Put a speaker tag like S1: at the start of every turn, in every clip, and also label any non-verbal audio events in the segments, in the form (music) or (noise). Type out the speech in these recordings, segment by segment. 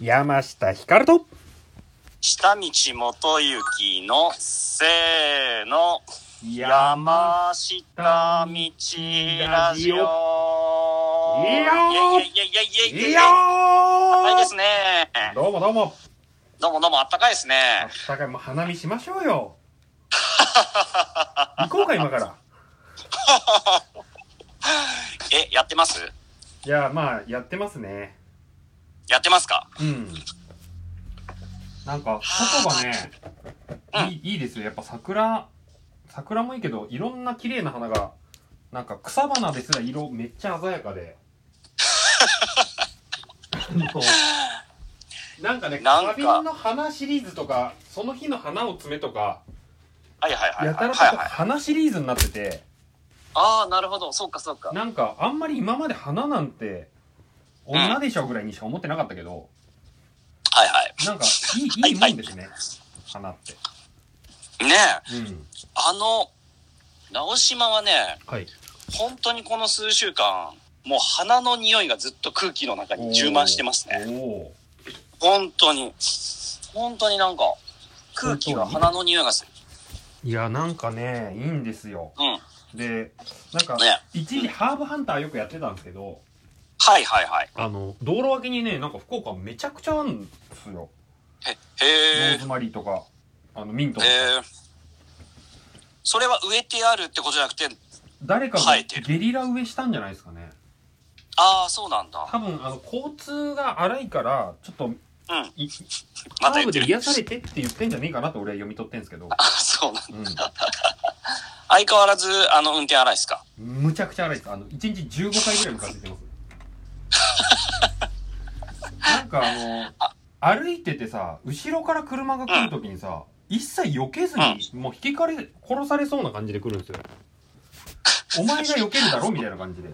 S1: 山下ひかると
S2: 下道元行のせーの山下道ラジオ
S1: いいよ
S2: いやいやいやいやいや
S1: い
S2: い
S1: いよ
S2: やはいですね
S1: どうもどうも
S2: どうもどうもあったかいですね
S1: あったかいもう花見しましょう
S2: (laughs)
S1: よ行こうか今から
S2: えやってます
S1: いやまあやってますね
S2: やってますか
S1: うんなんか外がねいいいいですよやっぱ桜桜もいいけどいろんな綺麗な花がなんか草花ですら色めっちゃ鮮やかで (laughs) あのなんかね
S2: なん
S1: 花
S2: か
S1: 瓶の花シリーズとかその日の花を詰めとか
S2: はいはいはいは
S1: や
S2: いは
S1: た
S2: い
S1: らと
S2: はい
S1: 花シリーズになってて
S2: ああなるほどそうかそうか
S1: なんかあんまり今まで花なんて女でしょぐらいにしか思ってなかったけど
S2: はいは
S1: なんかいいいいもんですね花って
S2: いねえ
S1: うん
S2: あの直島はね
S1: はい
S2: 本当にこの数週間もう花の匂いがずっと空気の中に充満してますね
S1: おお
S2: 本当に本当になんか空気が
S1: 本当に
S2: 花の匂いがする
S1: いやなんかねいいんですよ
S2: うんはい
S1: でなんか
S2: ね
S1: 一時ハーブハンターよくやってたんですけど
S2: はいはい
S1: あの道路脇にねなんか福岡めちゃくちゃあるんですよロ
S2: へえ
S1: ーズマリーとかあのミント
S2: へ
S1: とか
S2: えそれは植えてあるってことじゃなくて
S1: 誰かが
S2: 生えてる
S1: ゲリラ植えしたんじゃないですかね
S2: ああそうなんだ
S1: 多分あの交通が荒いからちょっと
S2: うん
S1: い
S2: ま
S1: ハ
S2: だ
S1: ー
S2: 言
S1: ブ
S2: って
S1: で
S2: る
S1: 癒されてって言ってんじゃねえかなと俺は読み取ってんですけど、
S2: あ (laughs) そうなんだ
S1: う
S2: 相変わらずあの運転荒いですか
S1: ん、むちゃくちゃ荒いですあの1日15回ぐらいムカついてますなんかあの歩いててさ後ろから車が来るときにさ、一切避けずに、もう引きかれ殺されそうな感じで来るんですよお前が避けるだろみたいな感じで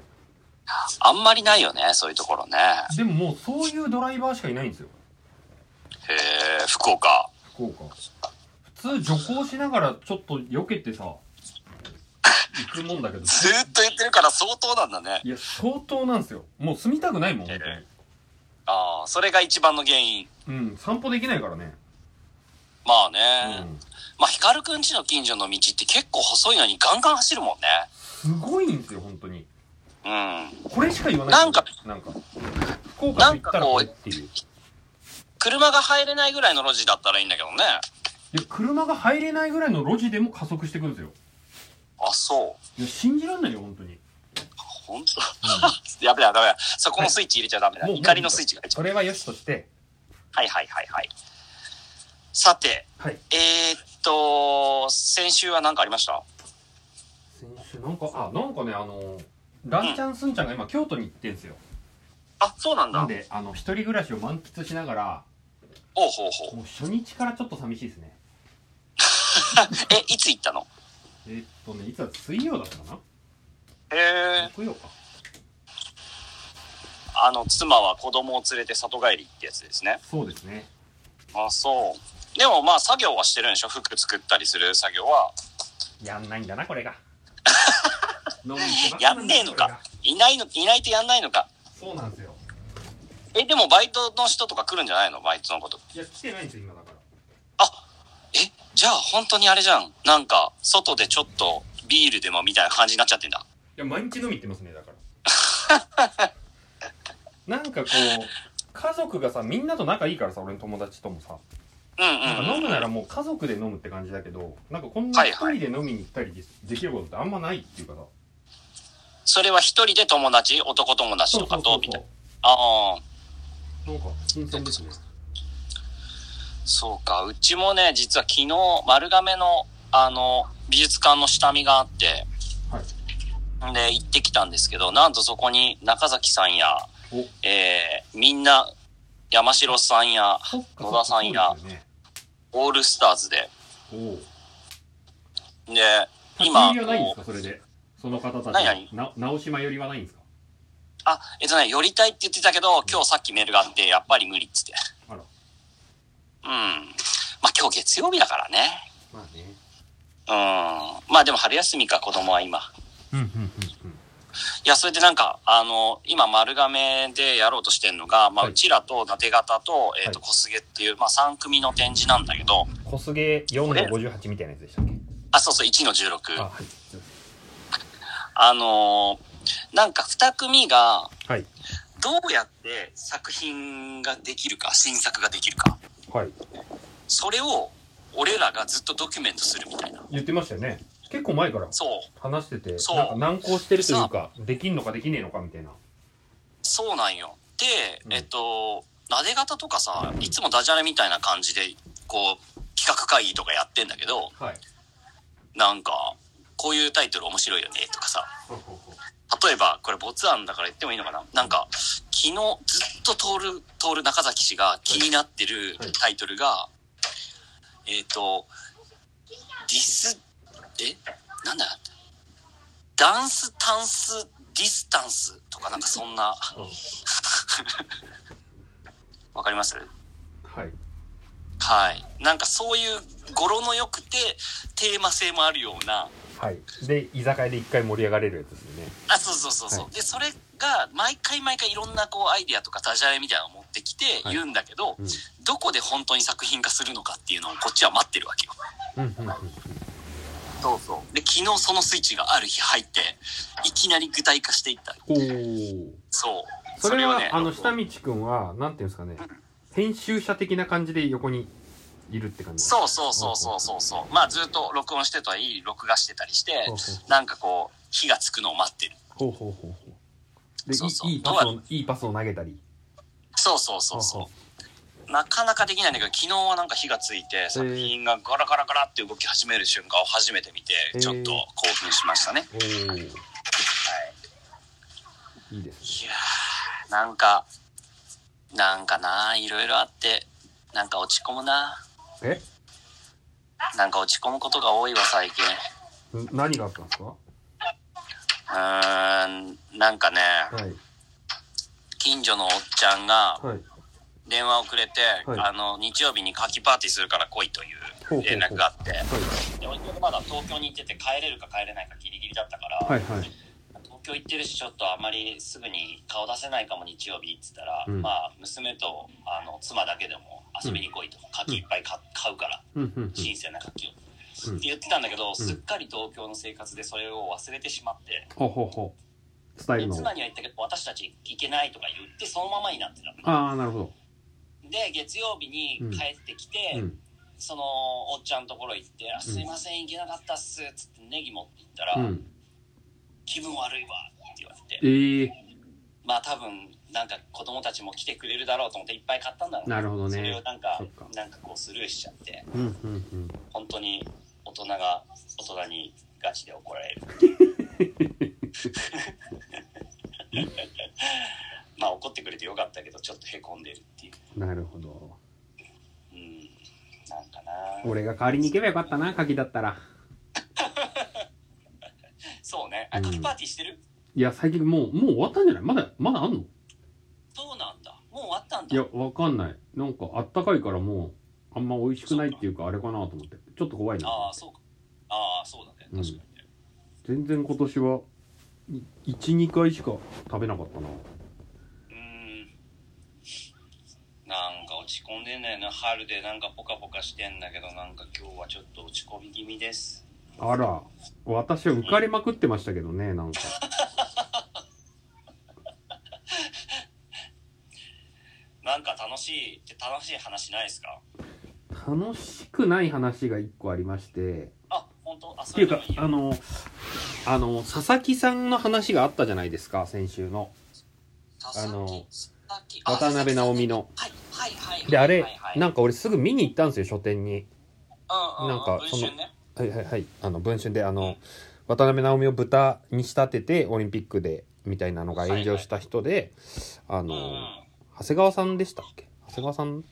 S2: あんまりないよねそういうところね
S1: でももうそういうドライバーしかいないんですよ
S2: へえ福岡
S1: 福岡普通徐行しながらちょっと避けてさ行くもんだけど
S2: ずーっと言ってるから相当なんだね
S1: いや相当なんですよもう住みたくないもん、本当に
S2: ああそれが一番の原因
S1: うん散歩できないからね、
S2: まあ
S1: う
S2: ね、
S1: ん、
S2: まあ光くんちの近所の道って結構細いのにガンガン走るもんね
S1: すごいんですよ本当に
S2: うん
S1: これしか言わない
S2: なんか
S1: なんか福岡と言ったらこれっていうい
S2: 車が入れないぐらいの路地だったらいいんだけどね
S1: や車が入れないぐらいの路地でも加速してくるんですよ
S2: あそう
S1: いや信じらんないよ本当に、
S2: 本当 (laughs) やべやだべやそこのスイッチ入れちゃダメだ、
S1: もう
S2: 怒りのスイッチが入っちゃ
S1: そうれはよしとして
S2: はいはいはいはいさて
S1: はい
S2: えー、っと先週は何かありました
S1: 先週なんかあなんかねあのランちゃんすんちゃんが今京都に行ってんですよ
S2: あそうなんだ
S1: なんであの一人暮らしを満喫しながら
S2: ほうほうほう
S1: もう初日からちょっと寂しいですね
S2: (laughs) えいつ行ったの
S1: えーっとねいつだ水曜だったか
S2: へ
S1: な
S2: え
S1: 木曜か
S2: あの妻は子供を連れて里帰りってやつですね
S1: そうですね
S2: あそうでもまあ作業はしてるんでしょ服作ったりする作業は
S1: やんないんだなこ (laughs) れが
S2: やんねえのかいないのいないとやんないのか
S1: そうなんですよ
S2: えでもバイトの人とか来るんじゃないのバイトのこと
S1: いや来てないんですよ今だから
S2: えじゃあ本当にあれじゃんなんか外でちょっとビールでもみたいな感じになっちゃってんだ
S1: いや毎日飲み行ってますねだから
S2: (laughs)
S1: なんかこう家族がさみんなと仲いいからさ俺の友達ともさ
S2: うんう
S1: なん
S2: ん
S1: か
S2: う
S1: 飲
S2: ん
S1: むならもう家族で飲むって感じだけどなんかこんな一
S2: は
S1: 人で飲みに行ったりできることってあんまないっていうかさ
S2: それは一人で友達男友達とかとみたいなああ
S1: そうなんか新鮮ですね
S2: そうかうちもね実は昨日丸亀のあの美術館の下見があって
S1: はい
S2: で行ってきたんですけどなんとそこに中崎さんや
S1: お
S2: えーみんな山城さんや
S1: そっか
S2: 野田さんや
S1: そうですよね
S2: オールスターズで
S1: おお
S2: で
S1: 今
S2: 今
S1: はないんですかそれでその方たち
S2: 何何
S1: な直島寄りはないんですか
S2: あえっとね寄りたいって言ってたけど今日さっきメールがあってやっぱり無理っつって
S1: あら
S2: うんまあ今日月曜日だからね
S1: まあね
S2: うんまあでも春休みか子供は今
S1: うんうんうんうん
S2: いや、それでなんか、あの、今丸亀でやろうとしてるのが、まあ、
S1: はいう
S2: ちらと伊達型と、えっ、と、
S1: は
S2: 小菅っていう、まあ、3組の展示なんだけど、
S1: 小菅4の58みたいなやつでしたっけ
S2: あ、そうそう、1の16。
S1: あ
S2: あ
S1: はい
S2: のーなんか2組が、
S1: はい
S2: どうやって作品ができるか、新作ができるか。
S1: はい
S2: それを、俺らがずっとドキュメントするみたいな。
S1: 言ってましたよね結構前から
S2: そう。
S1: 話してて
S2: そう
S1: なんか難航してるというかできんのかできねえのかみたいな
S2: そうなんよ。で、
S1: うん
S2: えっと、なで方とかさ、いつもダジャレみたいな感じで、こう、企画会議とかやってんだけど、
S1: はい
S2: なんか、こういうタイトル面白いよね、とかさ。例えば、これ、ボツ案だから言ってもいいのかななんか、昨日、ずっと通る、通る中崎氏が気になってる
S1: はい
S2: タイトルが、えっ、と、ディス、えなんだダンス、タンス、ディスタンスとかなんかそんな、わかります
S1: はい
S2: はい。なんかそういう語呂の良くて、テーマ性もあるような。
S1: はいで居酒屋で一回盛り上がれるやつですよね
S2: あ、そうそうそうそう。
S1: は
S2: で、それが、毎回毎回いろんなこうアイディアとかダジャレみたいなのを持ってきて
S1: はい
S2: 言うんだけど、
S1: うん
S2: どこで本当に作品化するのかっていうのをこっちは待ってるわけよ。
S1: うんうんうん
S2: そうそう。で、昨日そのスイッチがある日入って、いきなり具体化していった。
S1: おー
S2: そう。
S1: それは
S2: をね
S1: あの下道くんはなんていうんですかね編集者的な感じで横にいるって感じ
S2: そうそうそうそうそうそう。まあずっと録音してたり、録画してたりして、
S1: ほう
S2: なんかこう、火がつくのを待ってる。
S1: ほうほうほうほうで
S2: そうそう
S1: いいいいパスをいいパスを投げたり
S2: そうそうそうそう。なかなかできないんだけど、昨日はなんか火がついて、作品がガラガラガラって動き始める瞬間を初めて見
S1: へ
S2: て、
S1: ー
S2: ちょっと興奮しましたね。
S1: おおーいいですね
S2: いやー、なんか、なんかな、いろいろあって、なんか落ち込むな。
S1: え
S2: なんか落ち込むことが多いわ、最近。
S1: ん何があったんですか
S2: うーん、なんかね、
S1: はい
S2: 近所のおっちゃんが
S1: はい
S2: 電話をくれて、
S1: はい
S2: あの、日曜日に夏季パーティーするから来いという連絡があって、で、俺まだ東京に行ってて帰れるか帰れないかギリギリだったから、
S1: はいはいはい
S2: 東京行ってるしちょっとあまりすぐに顔出せないかも日曜日っつったら、
S1: うん
S2: まあ娘とあの妻だけでも遊びに来いと、柿いっぱい買買うから
S1: うんうんうん
S2: 新鮮な柿を、
S1: うん
S2: って言ってたんだけど、すっかり東京の生活でそれを忘れてしまって、
S1: ほうほうほうスタイ
S2: で
S1: ルの
S2: 妻には言ったけど私たち行けないとか言ってそのままになってたの
S1: ああなるほど
S2: で月曜日に帰ってきて、
S1: うん
S2: そのおっちゃんのところ行って「あすいません行けなかったっす」っつってネギ持って行ったら「
S1: うん
S2: 気分悪いわ」って言われて。
S1: ええ
S2: まあ多分なんか子供たちも来てくれるだろうと思っていっぱい買ったんだろう
S1: なるほどね
S2: それをなんか
S1: そっか
S2: なんかこうスルーしちゃって
S1: うんうんうん
S2: 本当に大人が大人にガチで怒られる (laughs) まあ怒ってくれてよかったけどちょっとへこんでるっていう
S1: なるほど
S2: うんなんかな
S1: 俺が代わりに行けばよかったな鍵だったら
S2: そうね
S1: う
S2: あ
S1: ん
S2: カキパーティーしてる、
S1: いや最近もうもう終わったんじゃないまだまだあんの
S2: そうなんだもう終わったん
S1: い
S2: だ
S1: やわかんないなんかあったかいからもうあんま美味しくないっていうかあれかなと思ってちょっと怖いな
S2: ああそうかああそうだね
S1: うん
S2: 確かにね、
S1: 全然今年は12回しか食べなかったな
S2: うーんなんか落ち込んでんだよな春でなんかポカポカしてんだけどなんか今日はちょっと落ち込み気味です
S1: あら私は浮かれまくってましたけどねなんか
S2: なんか楽しいって楽しい話ないですか
S1: 楽しくない話が1個ありまして
S2: あ本当あ
S1: っ
S2: そ
S1: ていう
S2: で
S1: か
S2: もいいよ
S1: あのあの佐々木さんの話があったじゃないですか先週の
S2: 佐々木
S1: あの
S2: 佐々木あ
S1: 渡辺直美の
S2: はいはいはいはい
S1: であれ
S2: はいはい
S1: なんか俺すぐ見に行ったんですよ書店に
S2: うんうんう
S1: なんか
S2: 文
S1: その
S2: 春ね
S1: はいはいはいあの文春であの渡辺直美を豚に仕立ててオリンピックでみたいなのが炎上した人で、あ
S2: うんう
S1: の、
S2: ん
S1: 長谷川さんでしたっけ長谷川さん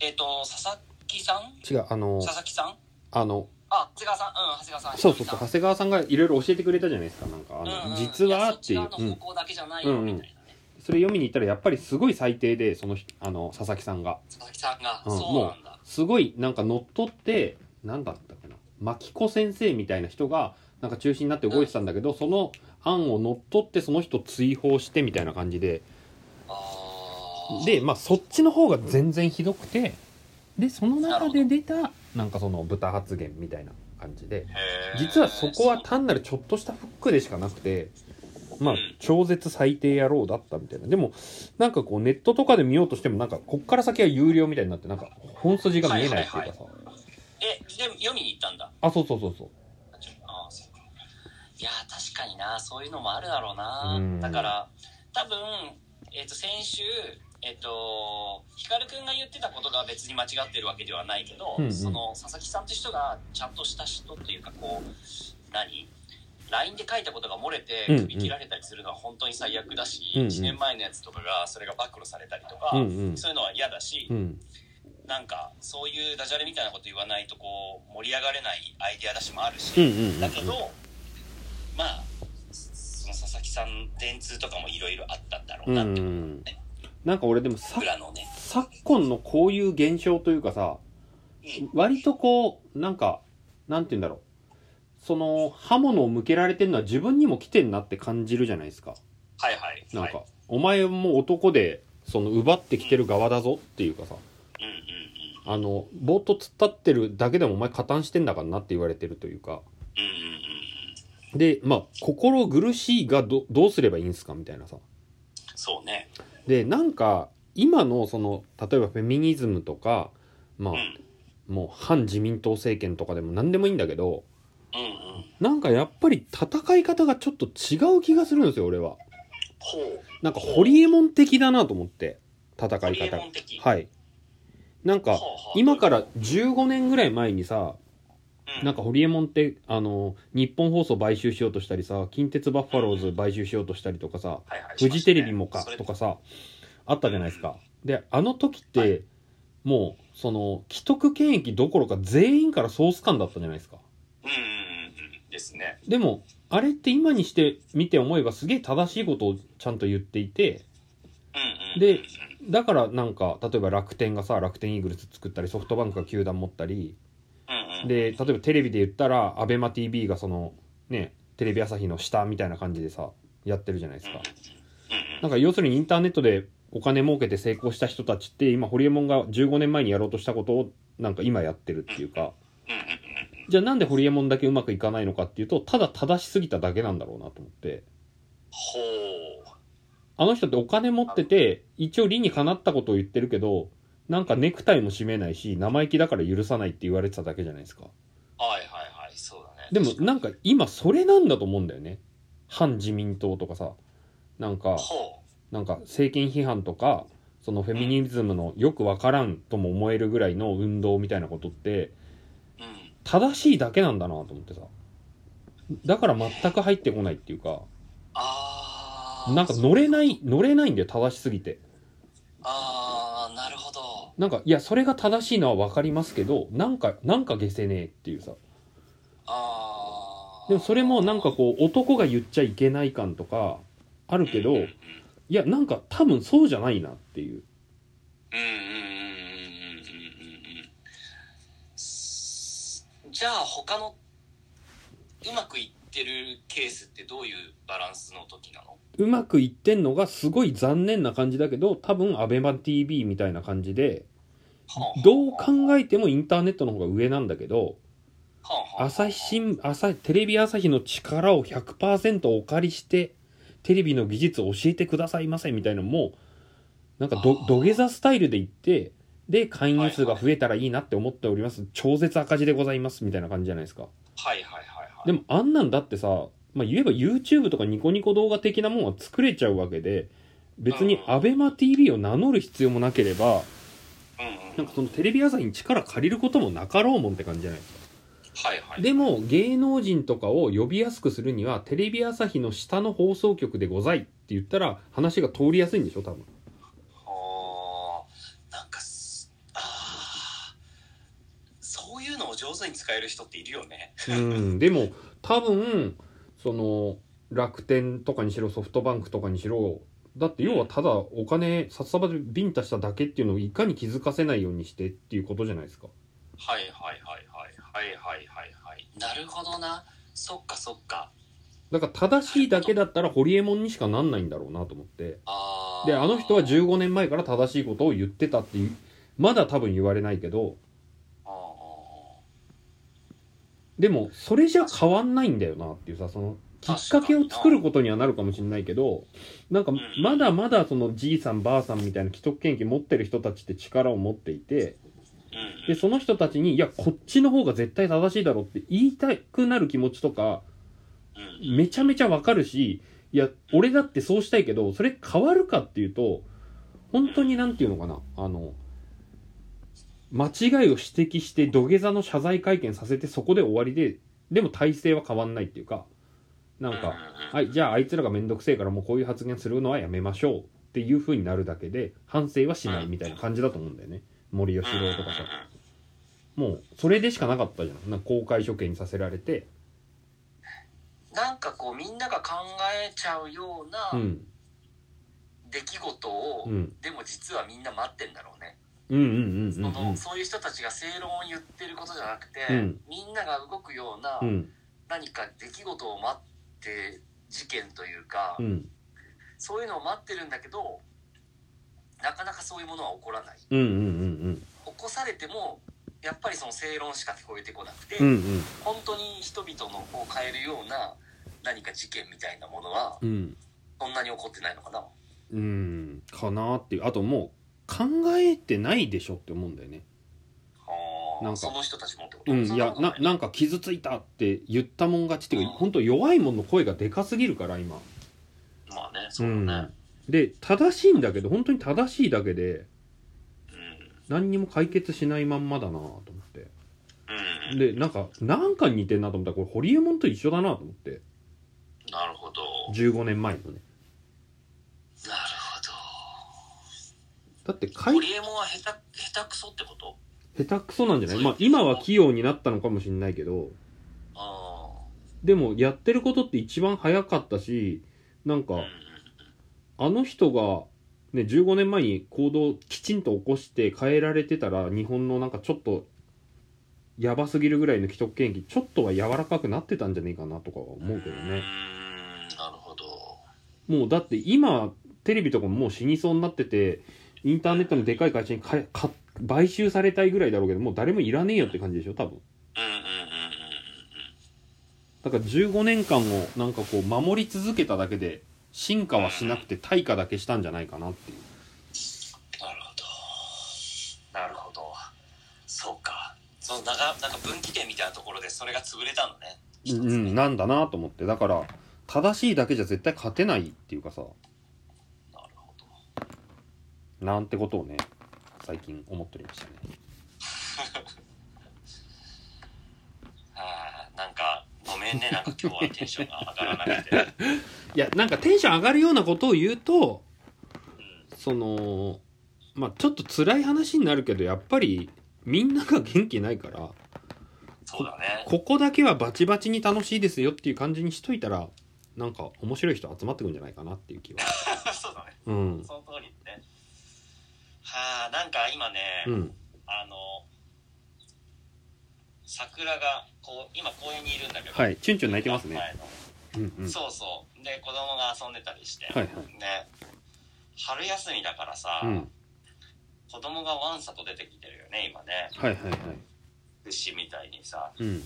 S2: えっ、と佐々木さん
S1: 違うあの
S2: 佐々木さん
S1: あの
S2: あ長谷川さんうん長谷川さん
S1: そうそうそう
S2: 長
S1: 長谷川さんがいろいろ教えてくれたじゃないですかなんかあ
S2: 谷
S1: の、
S2: さんうんうん
S1: 実
S2: や
S1: は
S2: そっ
S1: って
S2: ち
S1: いう、
S2: 側の
S1: うん
S2: 方向だけじゃないよ
S1: うんうん
S2: みたいなね、
S1: それ読みに行ったらやっぱりすごい最低でその人あの佐々木さんが
S2: 佐々木さんが、
S1: うん
S2: そうなんだ
S1: すごいなんか乗っ取って何だったかな牧子先生みたいな人がなんか中心になって動いてたんだけど、その案を乗っ取ってその人追放してみたいな感じで
S2: あー
S1: でまあそっちの方が全然ひどくてでその中で出たなんかその豚発言みたいな感じで
S2: へー
S1: 実はそこは単なるちょっとしたフックでしかなくてまあ超絶最低野郎だったみたいなでもなんかこうネットとかで見ようとしてもなんかこっから先は有料みたいになってなんか本筋が見えないっていうかさ
S2: えで読みに行ったんだ
S1: あそうそうそうそう
S2: ああそうかいやー確かになそういうのもあるだろうな、
S1: うん
S2: だから多分、えっと先週えっ、と光くんが言ってたことが別に間違ってるわけではないけど、
S1: うんうん
S2: その佐々木さんって人がちゃんとした人というかこう何 LINE で書いたことが漏れて
S1: うんうん
S2: 首切られたりするのは本当に最悪だし、
S1: うんうん
S2: 1年前のやつとかがそれが暴露されたりとか、
S1: うんうん
S2: そういうのは嫌だし、
S1: うん
S2: なんかそういうダジャレみたいなこと言わないとこう盛り上がれないアイデア出しもあるし、
S1: うんうんうんうん
S2: だけどまあその佐々木さん電通とかもいろいろあったんだろう
S1: うんう
S2: なって、
S1: んなんか俺でもさ
S2: 裏のね
S1: 昨今のこういう現象というかさ
S2: うん
S1: 割とこうなんかなんて言うんだろうその刃物を向けられてるのは自分にも来てんなって感じるじゃないですか
S2: はいはい
S1: なんか、
S2: はい、
S1: お前も男でその奪ってきてる側だぞっていうかさ
S2: うんうん
S1: あのぼーっと突っ立ってるだけでもお前加担してんだからなって言われてるというか
S2: うんうんうんうん
S1: でまあ心苦しいがどどうすればいいんすかみたいなさ
S2: そうね
S1: でなんか今のその例えばフェミニズムとかまあ
S2: うん
S1: もう反自民党政権とかでも何でもいいんだけど
S2: うんうん
S1: なんかやっぱり戦い方がちょっと違う気がするんですよ俺は
S2: ほう
S1: なんかホリエモン的だなと思って戦い
S2: ホリエ
S1: 方が
S2: モン的
S1: はいなんか
S2: ほうほう
S1: 今から15年ぐらい前にさ
S2: うん
S1: なんかホリエモンってあの日本放送買収しようとしたりさ近鉄バッファローズ買収しようとしたりとかさ
S2: はいはい
S1: フジテレビもか
S2: しましたね
S1: とかさあったじゃないですかであの時っ
S2: は
S1: てもうその既得権益どころか全員からソース感だったじゃないですか
S2: それうんうんうんうんですね
S1: でもあれって今にして見て思えばすげえ正しいことをちゃんと言っていて
S2: うんうん
S1: でだからなんか例えば楽天がさ楽天イーグルス作ったりソフトバンクが球団持ったり
S2: うんうん
S1: で例えばテレビで言ったら ABEMATV がそのねテレビ朝日の下みたいな感じでさやってるじゃないですか
S2: うんうん
S1: なんか要するにインターネットでお金儲けて成功した人たちって今ホリエモンが15年前にやろうとしたことをなんか今やってるっていうか
S2: うんうん
S1: じゃあなんでホリエモンだけうまくいかないのかっていうとただ正しすぎただけなんだろうなと思って
S2: ほう
S1: あの人ってお金持ってて一応理にかなったことを言ってるけどなんかネクタイも締めないし生意気だから許さないって言われてただけじゃないですか
S2: はいはいはいそうだね
S1: でもなんか今それなんだと思うんだよね反自民党とかさなんか
S2: ほう
S1: なんか政権批判とかそのフェミニズムのよくわからんとも思えるぐらいの運動みたいなことって
S2: うん
S1: 正しいだけなんだなと思ってさだから全く入ってこないっていうか
S2: あー
S1: なんか乗れない乗れないんだよ正しすぎて
S2: ああなるほど
S1: なんかいやそれが正しいのはわかりますけどなんかなんか下せねえっていうさ
S2: ああ
S1: でもそれもなんかこう男が言っちゃいけない感とかあるけど、
S2: うん
S1: いや、なんか多分そうじゃないなっていう。
S2: うんうんうんうんうんうんうんじゃあ他のうまくいってるケースってどういうバランスの時なの
S1: うまくいってんのがすごい残念な感じだけど、多分アベマ TV みたいな感じで、
S2: はあ
S1: どう考えてもインターネットの方が上なんだけど、
S2: はあはあ
S1: 朝日新、朝、テレビ朝日の力を100%お借りして、テレビの技術を教えてくださいませみたいなのも、なんかど
S2: あー
S1: 土下座スタイルで行って、で、会員数が増えたらいいなって思っております。超絶赤字でございますみたいな感じじゃないですか。
S2: はいはいはいはい
S1: でもあんなんだってさ、まあ、言えば YouTube とかニコニコ動画的なもんは作れちゃうわけで別に
S2: うん
S1: ABEMATV を名乗る必要もなければ
S2: うんうん
S1: なんかそのテレビ朝日に力借りることもなかろうもんって感じじゃないですか
S2: はいはい
S1: でも芸能人とかを呼びやすくするにはテレビ朝日の下の放送局でございって言ったら話が通りやすいんでしょ多分
S2: あーなんかすあーそういうのを上手に使える人っているよね
S1: うんでも多分その楽天とかにしろソフトバンクとかにしろだって要はただお金札束でビンタしただけっていうのをいかに気づかせないようにしてっていうことじゃないですか
S2: はいはいはいはいはいはいはいはいなるほどなそっかそっか
S1: だから正しいだけだったらホリエモンにしかなんないんだろうなと思って
S2: あー
S1: であの人は15年前から正しいことを言ってたっていうまだ多分言われないけど
S2: あー
S1: でもそれじゃ変わんないんだよなっていうさそのきっかけを作ることにはなるかもしれないけどなんか
S2: ん
S1: まだまだそのじいさんばあさんみたいな既得権益持ってる人たちって力を持っていて
S2: うん
S1: でその人たちにいやこっちの方が絶対正しいだろうって言いたくなる気持ちとか
S2: うん
S1: めちゃめちゃわかるしいや俺だってそうしたいけどそれ変わるかっていうと本当になんていうのかなあの間違いを指摘して土下座の謝罪会見させてそこで終わりででも体制は変わんないっていうかなん
S2: うん
S1: かはいじゃああいつらがめんどくせえからもうこういう発言するのはやめましょうっていう風になるだけで反省はしないみたいな感じだと思うんだよね森喜朗とかさもうそれでしかなかったじゃんなんか公開処刑にさせられて
S2: なんかこうみんなが考えちゃうよう
S1: う
S2: なん出来事を、
S1: うん
S2: でも実はみんな待ってんだろうね、
S1: うんうんうんうん
S2: そのそういう人たちが正論を言ってることじゃなくて、
S1: うん
S2: みんなが動くような
S1: うんうん
S2: 何か出来事を待って事件というか、
S1: うん
S2: そういうのを待ってるんだけどなかなかそういうものは起こらない
S1: うんうんうん
S2: 起こされてもやっぱりその正論しか聞こえてこなくて、
S1: うんうん
S2: 本当に人々のこう変えるような何か事件みたいなものは
S1: うん
S2: そんなに起こってないのかな
S1: うんかなーっていうあともう考えてないでしょって思うんだよね
S2: あー
S1: なんか
S2: その人たちもってこと
S1: うん
S2: そ
S1: い
S2: んな
S1: や
S2: こと
S1: ななんか傷ついたって言ったもん勝ちっていうか
S2: うん
S1: 本当弱いもんの声がでかすぎるから今
S2: まあねそうだね
S1: うん、で正しいんだけど本当に正しいだけで
S2: うん
S1: 何にも解決しないまんまだなーと思って
S2: うん、
S1: でなんかなんかに似てんなと思ったらこれホリエモンと一緒だなと思って
S2: なるほど
S1: 15年前のね
S2: なる
S1: だって
S2: ほど
S1: 解
S2: ホリエモンは下手下手くそってこと
S1: 下手くそなんじゃないまあ今は器用になったのかもしれないけど
S2: あ
S1: でもやってることって一番早かったしなん
S2: あ
S1: か
S2: うん
S1: あの人が、ね、15年前に行動をきちんと起こして変えられてたら日本のなんかちょっとやばすぎるぐらいの既得権益ちょっとは柔らかくなってたんじゃねえかなとかは思うけど
S2: う
S1: ね
S2: んなるほど
S1: もうだって今テレビとかももう死にそうになっててインターネットのでかい会社に買い買買収されたいぐらいだろうけどもう誰もいらねえよって感じでしょ多分
S2: うんうんうんうん
S1: だから15年間をなんかこう守り続けただけで進化はしなくて対価だけしたんじゃないかなっていう
S2: なるほどなるほどそうかそのなんかなんか分岐点みたいなところでそれが潰れたのね一つ
S1: う
S2: ね
S1: ん、
S2: なる
S1: なんだなと思ってだから正しいだけじゃ絶対勝てないっていうかさ
S2: ほど
S1: なんてことをね最近思っておりましたね
S2: あーなんかごめんねなんか今日はテンションが上が
S1: (laughs)
S2: らなくて、うん、
S1: いやなんかテンション上がるようなことを言うとそのまあちょっと辛い話になるけどやっぱりみんなが元気ないから
S2: そうだね (laughs)
S1: ここだけはバチバチに楽しいですよっていう感じにしといたらなんか面白い人集まってくんじゃないかなっていう気は
S2: そうだね
S1: うん
S2: その通りねはあなんか今ね、
S1: うん
S2: あの桜がこう今公園にいるんだけど、
S1: はいチュンチュン泣いてますね
S2: 前の
S1: うんうん
S2: そうそうで子供が遊んでたりして、
S1: はいはい
S2: ね春休みだからさ、
S1: うん
S2: 子供がワンサと出てきてるよね今ね
S1: はいはいはい
S2: 牛みたいにさ
S1: うん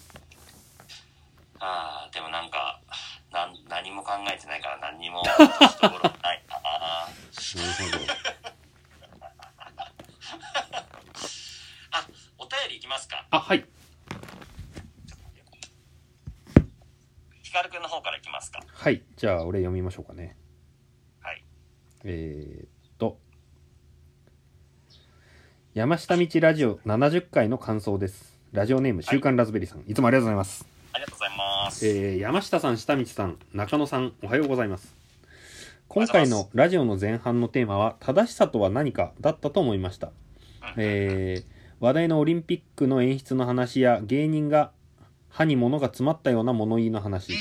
S2: あーでもなんかなん何も考えてないから何にも人ごろないな (laughs) あ
S1: なるほど
S2: お便りいきますか
S1: あはい
S2: ひかるくんの方からいきますか
S1: はい、じゃあ俺読みましょうかね。
S2: はい。
S1: えー、っと、山下道ラジオ70回の感想です。ラジオネーム、週刊ラズベリーさん、い、つもありがとうございます。
S2: ありがとうございます、
S1: えー、山下さん、下道さん、中野さん、おはようございます。今回のラジオの前半のテーマは、正しさとは何かだったと思いました。
S2: うん
S1: えー話題のオリンピックの演出の話や芸人が歯に物が詰まったような物言いの話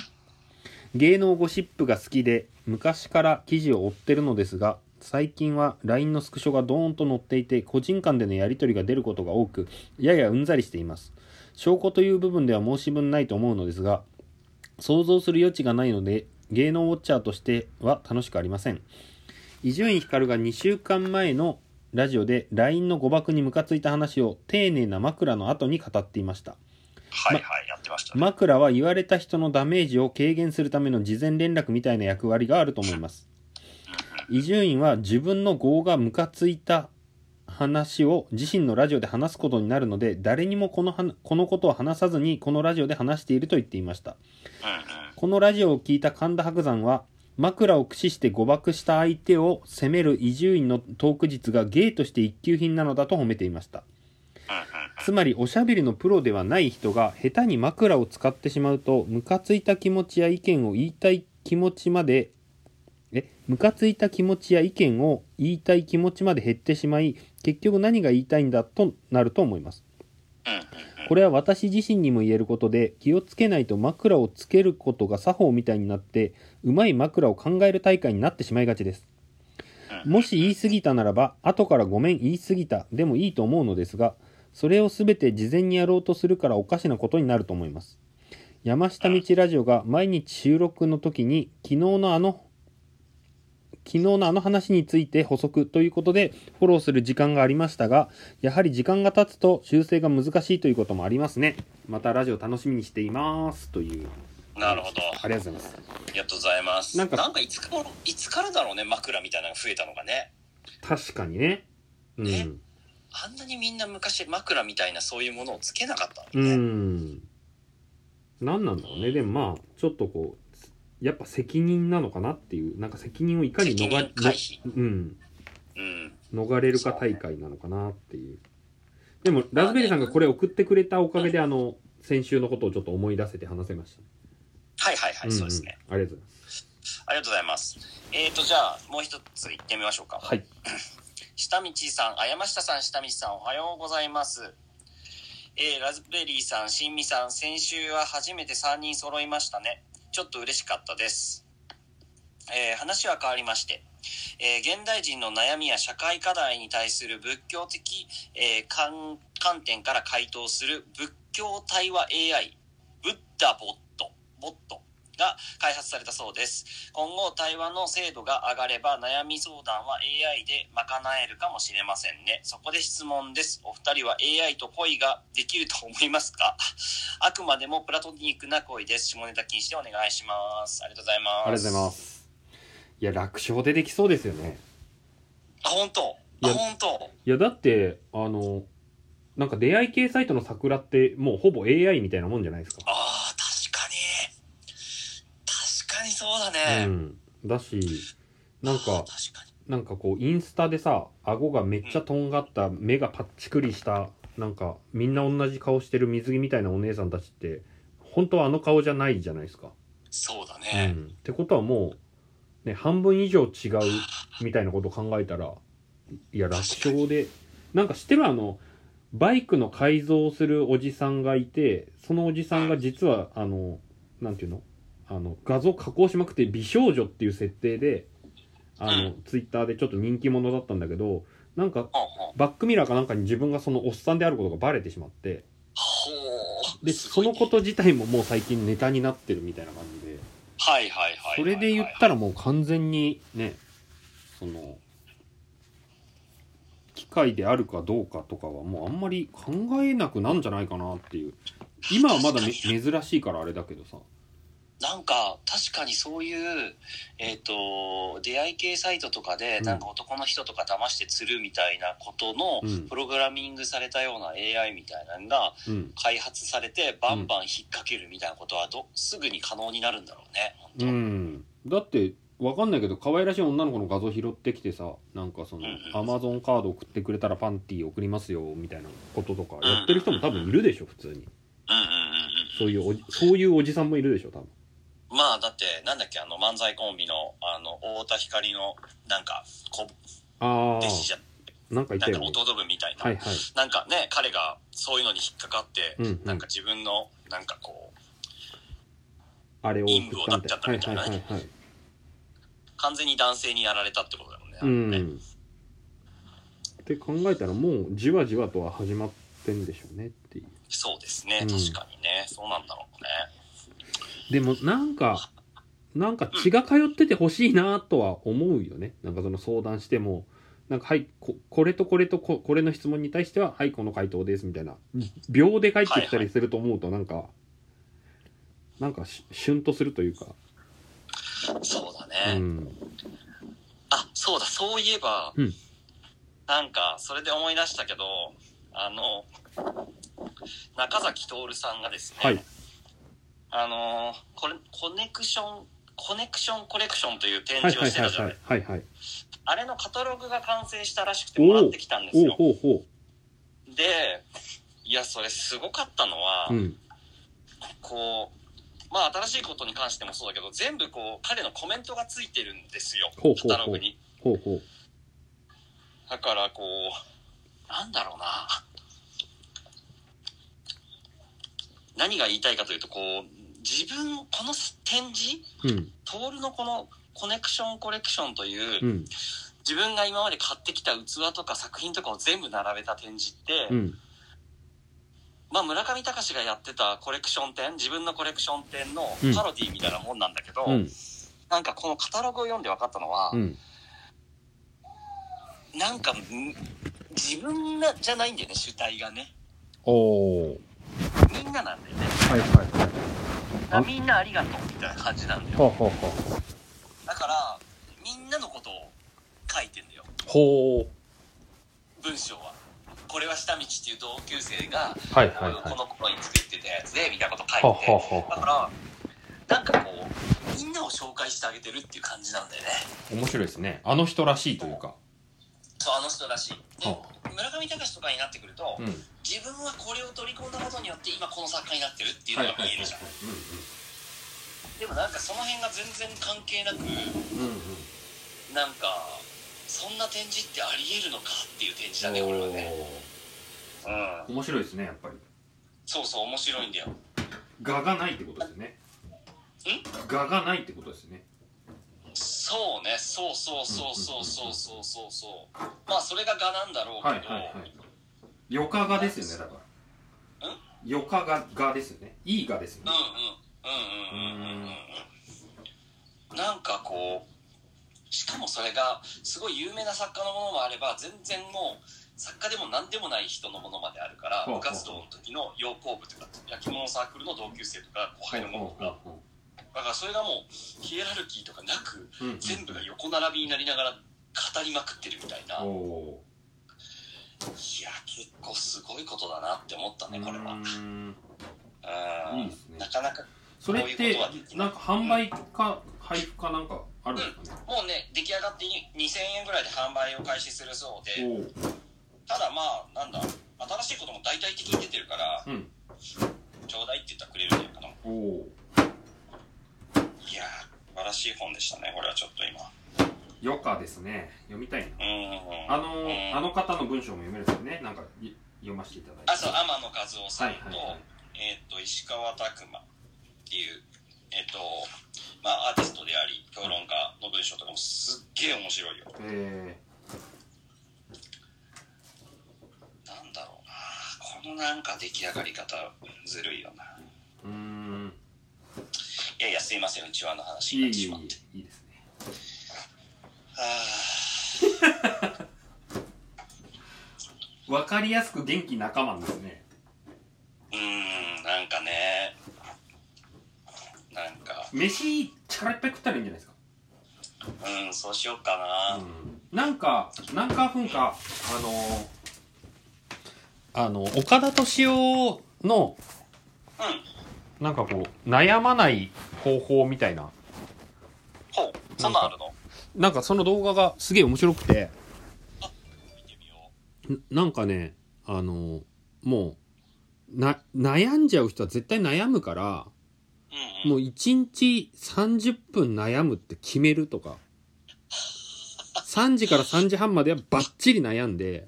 S1: 芸能ゴシップが好きで昔から記事を追ってるのですが最近は LINE のスクショがドーンと載っていて個人間でのやり取りが出ることが多くややうんざりしています証拠という部分では申し分ないと思うのですが想像する余地がないので芸能ウォッチャーとしては楽しくありません伊集院光が2週間前のラジオで LINE の誤爆にムカついた話を丁寧な枕の後に語っていました
S2: はいはい、やってましたね。
S1: 枕は言われた人のダメージを軽減するための事前連絡みたいな役割があると思います伊集院は自分の業がムカついた話を自身のラジオで話すことになるので誰にもこの話このことを話さずにこのラジオで話していると言っていました
S2: うんうん。
S1: このラジオを聞いた神田伯山は枕を駆使して誤爆した相手を責める伊集院のトーク術が芸として一級品なのだと褒めていました
S2: うんうん。
S1: つまりおしゃべりのプロではない人が下手に枕を使ってしまうとムカついた気持ちや意見を言いたい気持ちまでえムカついた気持ちや意見を言いたい気持ちまで減ってしまい結局何が言いたいんだとなると思います
S2: うんうんうん。
S1: これは私自身にも言えることで気をつけないと枕をつけることが作法みたいになってうまい枕を考える大会になってしまいがちですもし言い過ぎたならば後からごめん言い過ぎたでもいいと思うのですがそれを全て事前にやろうとするからおかしなことになると思います山下道ラジオが毎日収録の時に昨日のあの昨日のあの話について補足ということでフォローする時間がありましたがやはり時間が経つと修正が難しいということもありますねまたラジオ楽しみにしていますという
S2: なるほど。
S1: ありがとうございます
S2: ありがとうございます。
S1: な
S2: なんん
S1: か
S2: か、いつから、いつからだろうね、枕みたいなのが増えたのがね。
S1: 確かにねう
S2: ね
S1: ん
S2: あんなにみんな昔枕みたいなそういうものをつけなかったん
S1: う
S2: だね。
S1: ん何なんだろうねでもまあちょっとこうやっぱ責任なのかなっていうなんか責任をいかに逃
S2: 責任
S1: れ
S2: 回避。
S1: うん、
S2: うん。
S1: 逃れるか大会なのかなっていうでもラズベリーさんがこれ送ってくれたおかげであの先週のことをちょっと思い出せて話せました
S2: はいはいはい、
S1: んん
S2: そうですね。
S1: ありがとうござい
S2: ありがとうございます。えっ、ー、と、じゃあ、もう一つ行ってみましょうか。
S1: ますはい
S2: 下道さん、あ山下さん、下道さん、おはようございます。えーラズベリーさん、しんみさん、先週は初めて3人揃いましたね。ちょっと嬉しかったです。えー話は変わりまして、えー現代人の悩みや社会課題に対する仏教的、えー観観点から回答する仏教対話 AI、ブッダボット、ボットが開発されたそうです。今後対話の精度が上がれば悩み相談は AI で賄えるかもしれませんねそこで質問ですお二人は AI と恋ができると思いますか (laughs) あくまでもプラトニックな恋です下ネタ禁止でお願いしますありがとうございます
S1: ありがとうございますいや楽勝でできそうですよね
S2: あ本当
S1: い
S2: あ
S1: や
S2: 本当
S1: いやだってあのなんか出会い系サイトの桜ってもうほぼ AI みたいなもんじゃないですか
S2: あー確かに確かにそうだね、
S1: うん、だしなん
S2: あー
S1: か
S2: 確かに
S1: なんかこうインスタでさ顎がめっちゃとんがった目がパッチクリしたなんかみんな同じ顔してる水着みたいなお姉さんたちって本当はあの顔じゃないじゃないですか、
S2: そうだ
S1: う
S2: ね、
S1: ん、ってことはもう、ね、半分以上違うみたいなことを考えたらいや楽勝でなんか知ってるあのバイクの改造をするおじさんがいてそのおじさんが実はあのなんていうのあの画像加工しまくって美少女っていう設定であの、
S2: う
S1: ツイッターでちょっと人気者だったんだけどなんか
S2: ほうほう
S1: バックミラーかなんかに自分がそのおっさんであることがバレてしまって
S2: ほう
S1: ですそ
S2: ごい
S1: の
S2: ね
S1: こと自体ももう最近ネタになってるみたいな感じで
S2: はいはいはいはい
S1: それで言ったらもう完全にねその機械であるかどうかとかはもうあんまり考えなくなんじゃないかなっていう今はまだめ珍しいからあれだけどさ
S2: なんか確かにそういう、えっと出会い系サイトとかで、
S1: うん
S2: なんか男の人とか騙して釣るみたいなことの、
S1: うん
S2: プログラミングされたような AI みたいなのが
S1: うん
S2: 開発されてバンバン引っ掛けるみたいなことはど、すぐに可能になるんだろうね本当、
S1: う
S2: うん
S1: んだってわかんないけど可愛らしい女の子の画像拾ってきてさなんかその
S2: うん
S1: アマゾンカード送ってくれたらパンティー送りますよみたいなこととかやってる人も多分いるでしょ普通に
S2: うんうん
S1: そういうおじそういうおじさんもいるでしょ多分
S2: うんまあだってなんだっけあの漫才コンビのあの太田光のなんかこ
S1: あ
S2: 弟子じ
S1: あ
S2: ゃ
S1: なんかい
S2: な
S1: た
S2: ん
S1: よ
S2: か
S1: ね
S2: 弟分みたいな、
S1: はいはい
S2: なんかね彼がそういうのに引っかかって、
S1: うんうん
S2: なんか自分のなんかこう
S1: あれを送ったみたいな。
S2: 陰部をなっちゃったみ
S1: はいはい。
S2: 完全に男性にやられたってことだもんね。
S1: うん。って考えたらもうじわじわとは始まってんでしょうねっていう。
S2: そうですね、
S1: うん
S2: 確かにね。そうなんだろう
S1: で
S2: ね。
S1: もなんか、なんか血が通っててほしいなとは思うよね。なんかその相談しても、なんかはい、ここれとこれとここれの質問に対しては、はい、この回答ですみたいな、秒で返ってきたりすると思うと、なんか、なんかし、しゅんとするというか、
S2: そうだ
S1: う
S2: ね。
S1: ん、
S2: あ、そうだ、そういえば、
S1: うん
S2: なんか、それで思い出したけど、あの、中崎徹さんがですね、
S1: はい、
S2: あのーこれ、コネクション、コネクションコレクションという展
S1: はい
S2: 示を
S1: はい
S2: して
S1: はい
S2: たじゃ
S1: は
S2: ない
S1: い、はいはい、
S2: あれのカタログが完成したらしくて
S1: おー
S2: もらってきたんです
S1: おう
S2: よ。
S1: ほうほ
S2: で、いや、それすごかったのは、
S1: う、うん、
S2: こう、まあ、新しいことに関してもそうだけど、全部こう、彼のコメントがついてるんですよ、
S1: ほうほうほう
S2: カタログに。
S1: ほうほう、
S2: だから、こう、なんだろうな。何が言いたいかというと、こう、自分、この展示、
S1: うん、
S2: トールのこのコネクションコレクションという、
S1: うん、
S2: 自分が今まで買ってきた器とか作品とかを全部並べた展示って、
S1: うん、
S2: まあ村上隆がやってたコレクション展、自分のコレクション展の
S1: うん
S2: パロディみたいなもんなんだけど、
S1: うん、
S2: なんかこのカタログを読んで分かったのは、
S1: うん、
S2: なんかん自分がじゃないんだよね、主体がね。
S1: おー、
S2: みんななんだよね。
S1: はいはいはい、あ
S2: あみんなありがとうみたいな感じなんだよ。
S1: ほうほうほう、
S2: だから、みんなのことを書いてんだよ、
S1: ほ
S2: 文章は。これは下道っていう同級生が、
S1: う、はいはいはい
S2: こ、の頃に作ってたやつでみたいなこと書いて
S1: ほうほうほうほ
S2: だからなんかこうみんなを紹介してあげてるっていう感じなんだよね
S3: 面白いですねあの人らしいというか
S2: そうあの人らしいで
S3: は
S2: 村上隆とかになってくると、
S3: うん
S2: 自分はこれを取り込んだことによって今この作家になってるっていうのが見えるじゃん、でもなんかその辺が全然関係なく
S3: うんうんうん
S2: なんかそんな展示ってありえるのかっていう展示だね
S3: お
S2: 俺は
S3: ー
S2: ねうん
S3: 面白いですねやっぱり
S2: そうそう面白いんだよ
S3: 画がないってことですよね画がないってことですよね
S2: そうねそうそうそうそうそうそうそうそうまあそれが画なんだろうけど、
S3: はいはいはい余暇画ですよねだから
S2: ん
S3: 余暇画画ですよねいい画ですよ
S2: う
S3: ね
S2: んうんうんうんうんうんうんなんかこうしかもそれがすごい有名な作家のものもあれば全然もう作家でも何でもない人のものまであるから
S3: ほうほ
S2: 部
S3: う
S2: 活動の時の養蜂部とか焼き物サークルの同級生とか後輩のものとか
S3: うんうん
S2: だからそれがもうヒエラルキーとかなく
S3: うんうん
S2: 全部が横並びになりながら語りまくってるみたいな
S3: お
S2: い
S3: お
S2: や結構すごいことだなって思ったねこれは
S3: うーん
S2: うん
S3: いいですね
S2: なかなか
S3: それってなんか販売か配布かなんかあるんですかね
S2: もうね出来上がってに2000円ぐらいで販売を開始するそうで
S3: おお
S2: ただまあなんだ新しいことも大々的に出てるから
S3: うん
S2: ちょうだいって言ったらくれるんだよかない
S3: おお
S2: やー素晴らしい本でしたねこれはちょっと今
S3: 余暇ですね読みたいな
S2: うん
S3: あの
S2: うん
S3: あの方の文章も読めるんですよねなんかい読ませていただいて
S2: あそう天野和夫さ
S3: は
S2: ん
S3: いは
S2: と,、
S3: いはい
S2: えー、と石川拓磨っていうえっ、とまあアーティストであり評論家の文章とかもすっげえ面白いよ
S3: え
S2: なんだろうなこのなんか出来上がり方ずるいよな
S3: ー、うーん
S2: いやいやすいませんうちわの話
S3: い
S2: に
S3: い
S2: ないって
S3: い
S2: しまって
S3: いいいいですね
S2: あ
S3: わかりやすく元気仲間ですね
S2: ーうーんなんかねなんか
S3: 飯チャラいっぱい食ったらいいんじゃないですか
S2: うんそうしようかな、
S3: なんかなんかふんかあのーあの岡田敏夫の
S2: うん
S3: なんかこう悩まない方法みたいな
S2: ほうそんなんあるの
S3: なんかその動画がすげえ面白くて
S2: 見てみよう
S1: ななんかねあのもうな悩んじゃう人は絶対悩むから
S2: うん、うん、
S1: もう1日30分悩むって決めるとか3時から3時半まではバッチリ悩んで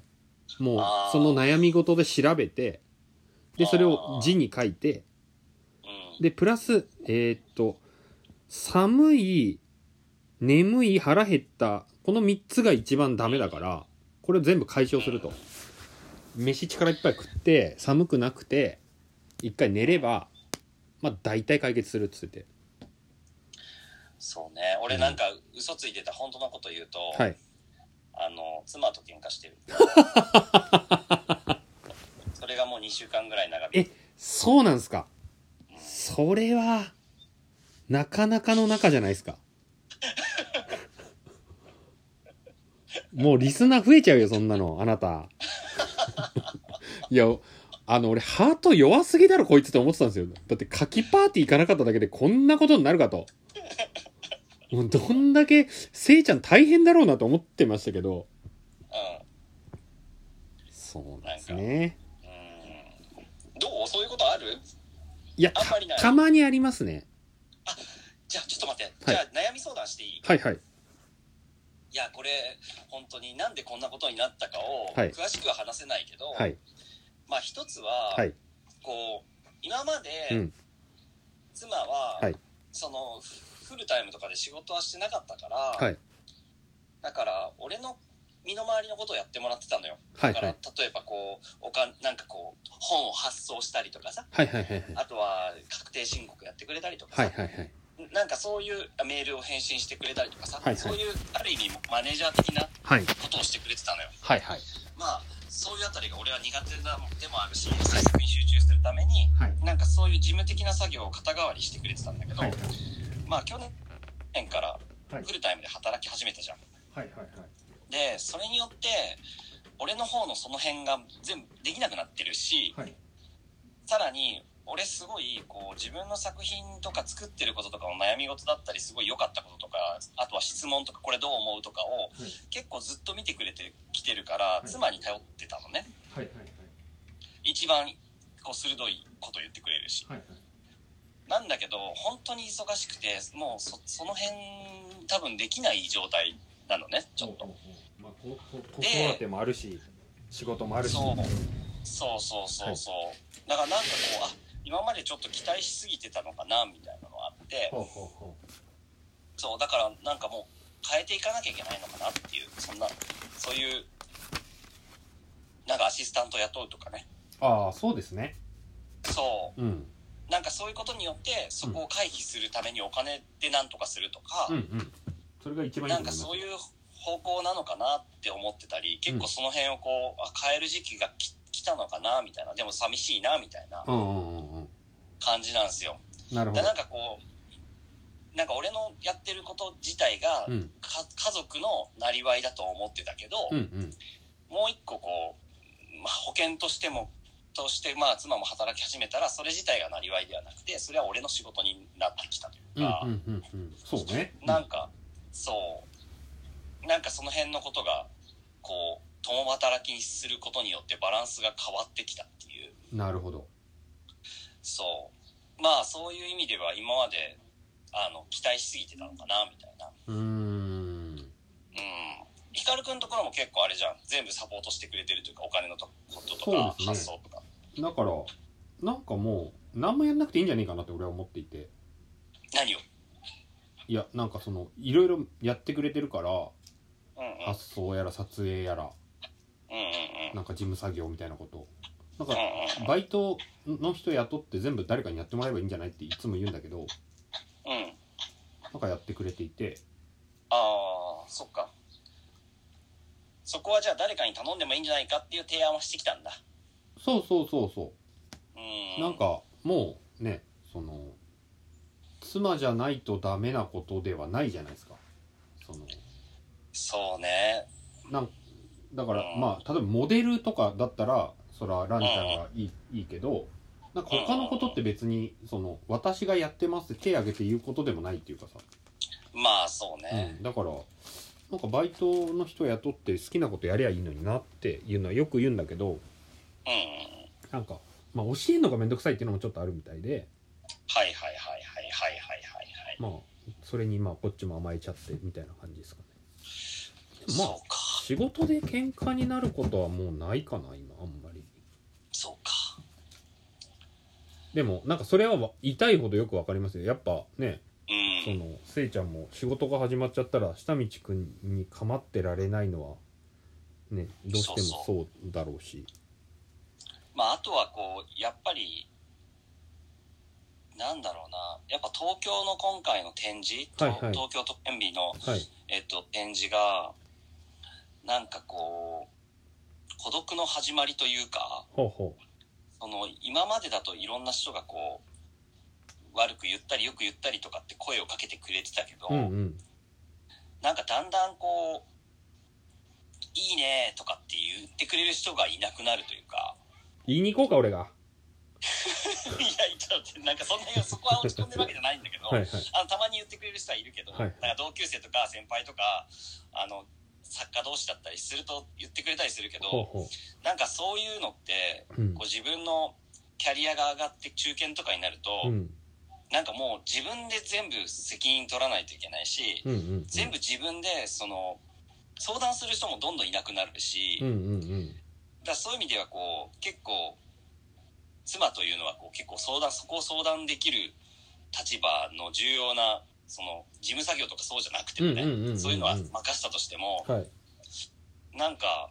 S1: もう
S2: あー
S1: その悩み事で調べてでそれを字に書いて
S2: うん
S1: でプラスえーっと寒い眠い腹減ったこの3つが一番ダメだからこれを全部解消すると飯力いっぱい食って寒くなくて一回寝ればまあ大体解決するっつってて
S2: そうね。俺なんか嘘ついてた本当のこと言うと、
S1: はい。
S2: あの、妻と喧嘩し
S1: (laughs)
S2: てる。それがもう2週間ぐらい長引いて。
S1: そうなんですか。
S2: うん
S1: それは、なかなかの中じゃないですか。もうリスナー増えちゃうよ、そんなの、あなた。いや、あの、俺、ハート弱すぎだろ、こいつって思ってたんですよ。だって、柿パーティー行かなかっただけでこんなことになるかと。もうどんだけ、せいちゃん大変だろうなと思ってましたけど。
S2: う
S1: そうなんですね。
S2: ん。うん。どうそういうことある
S1: いや、
S2: あんま
S1: た
S2: りない
S1: たまにありますね。
S2: じゃあちょっと待って。
S1: は
S2: じ
S1: い
S2: ゃあ悩み相談していい、
S1: はいはい。
S2: い、や、これ、本当になんでこんなことになったかを、
S1: はい
S2: 詳しくは話せないけど、
S1: はい。
S2: まあ一つは、
S1: はい。
S2: こう、今まで、
S1: うん
S2: 妻は、
S1: はい
S2: その、フフルタイムとかで仕事はしてなかったから、
S1: はい。
S2: だから、俺の身の回りのことをやってもらってたのよ。
S1: はい
S2: だから、
S1: はい
S2: 例えばこう、おかん、なんかこう、本を発送したりとかさ、
S1: はいはいはいはい。
S2: あとは確定申告やってくれたりとかさ、
S1: はいはいはい。
S2: なんかそういうメールを返信してくれたりとかさ、
S1: はいはい
S2: そういう、ある意味マネージャー的な
S1: はい。
S2: ことをしてくれてたのよ。
S1: はいはい。
S2: まあ、そういうあたりが俺は苦手なのでもあるし、制作に集中するために、
S1: はい。
S2: なんかそういう事務的な作業を肩代わりしてくれてたんだけど、
S3: はい
S2: まあ去年から
S3: はい
S2: フルタイムで働き始めたじゃん。
S3: はいはいはい
S2: でそれによって俺の方のその辺が全部できなくなってるし
S3: はい
S2: さらに俺すごいこう自分の作品とか作ってることとかの悩み事だったりすごい良かったこととかあとは質問とかこれどう思うとかを
S3: はい
S2: 結構ずっと見てくれてきてるから
S3: い
S2: 妻に頼ってたのね
S3: はいはい
S2: 一番こう鋭いこと言ってくれるし
S3: はいはい
S2: なんだけど本当に忙しくてもうそその辺多分できない状態なのねちょっと
S3: とまあここ子育てもあるし仕事もあるし
S2: そう
S3: はい
S2: そうそうそうそう、だからなんかこうあ今までちょっと期待しすぎてたのかなみたいなのがあって
S3: ほうほうほう
S2: そうだからなんかもう変えていかなきゃいけないのかなっていうそんなそういうなんかアシスタント雇うとかね
S3: ああそうですね
S2: そ
S1: うん。
S2: うなんかそういうことによってそこを回避するためにお金でなんとかするとか、
S1: うんうん。
S3: それが一番いいと思
S2: なん
S3: い
S2: か
S3: ます
S2: そういう方向なのかなって思ってたり結構その辺をこうあ変える時期がき来たのかなみたいなでも寂しいなみたいな
S1: うんうんうんうん。
S2: 感じなんですよ
S1: なるほ
S2: だ
S1: ど
S2: な。んかこうなんか俺のやってること自体が、
S1: うん。
S2: か家族のなりわいだと思ってたけど、
S1: うんうん。
S2: もう一個こう、まあ、保険としてもとしてまあ妻も働き始めたらそれ自体がなりわいではなくてそれは俺の仕事になってきたという
S1: うん
S2: か、
S1: うんうんうん。
S3: そうね
S2: (laughs) なんかそうなんかその辺のことがこう共働きにすることによってバランスが変わってきたっていう
S1: なるほど。
S2: そうまあそういう意味では今まであの期待しすぎてたのかなみたいな
S1: うーん。
S2: うんヒカルくんところも結構あれじゃん全部サポートしてくれてるというかお金のとこと
S1: そ
S2: とか、
S1: うですね
S2: 発想とか
S1: だから、なんかもう、何もやんなくていいんじゃねえかなって俺は思っていて。
S2: 何を
S1: いや、なんかその、いろいろやってくれてるから、
S2: うんうん
S1: 発送やら撮影やら、
S2: うんうんうん
S1: なんか事務作業みたいなこと。なん
S2: うん
S1: か、バイトの人雇って全部誰かにやってもらえばいいんじゃないっていつも言うんだけど、
S2: うんうん
S1: なんかやってくれていて、
S2: ああそっかそこはじゃあ誰かに頼んでもいいんじゃないかっていう提案はしてきたんだ
S1: そうそうそうそう。
S2: うん
S1: なんかもうねその妻じゃないとダメなことではないじゃないですかその
S2: そうね
S1: なんだから
S2: うん
S1: まあ例えばモデルとかだったらそれはランちゃんがいい,、いいけどなんか他のことって別にその私がやってますって手挙げて言うことでもないっていうかさ、
S2: まあそうね
S1: うん、だからなんかバイトの人雇って好きなことやりゃいいのになっていうのはよく言うんだけど
S2: うん、うん、
S1: なんか、まあ、教えるのが面倒くさいっていうのもちょっとあるみたいで。
S2: はいはいはいはいはいはいはいはい、
S1: まあそれにまあこっちも甘えちゃってみたいな感じですかねまあ
S2: そうか
S1: 仕事で喧嘩になることはもうないかな今あんまり
S2: そうか
S1: でもなんかそれはわ痛いほどよくわかりますよやっぱね
S2: う
S1: そ
S2: ん
S1: のせいちゃんも仕事が始まっちゃったら下道くんに構ってられないのはねどうしてもそうだろうし
S2: まああとはこうやっぱりなんだろうな、やっぱ東京の今回の展示、と
S1: はいはい
S2: 東京都県美の、
S1: はい。
S2: えっと、展示が、なんかこう、孤独の始まりというか、
S1: ほうほ
S2: その今までだといろんな人がこう悪く言ったりよく言ったりとかって声をかけてくれてたけど、
S1: う。うんうん。
S2: なんかだんだんこう「いいね」とかって言ってくれる人がいなくなるというか (laughs)
S1: 言いに行こうか、俺が。
S2: いやいやなんかそんなにそこは落ち込んでるわけじゃないんだけど、
S1: はいはい。
S2: あのたまに言ってくれる人はいるけど、
S1: はい
S2: なんか同級生とか先輩とかあの作家同士だったりすると言ってくれたりするけ
S1: ほう
S2: ど
S1: ほ
S2: なんかそういうのって
S1: う。うん。
S2: こう自分のキャリアが上がって中堅とかになると。
S1: うん。
S2: なんかもう自分で全部責任取らないといけないし、
S1: うんうん。
S2: 全部自分でその相談する人もどんどんいなくなるし、
S1: うん
S2: だ
S1: うんうん。
S2: からそういう意味ではこう結構妻というのはこう結構相談そこを相談できる立場の重要なその事務作業とかそうじゃなくてもね、
S1: うんうんうんうんうん
S2: そういうのは任せたとしても、
S1: はい。
S2: なんか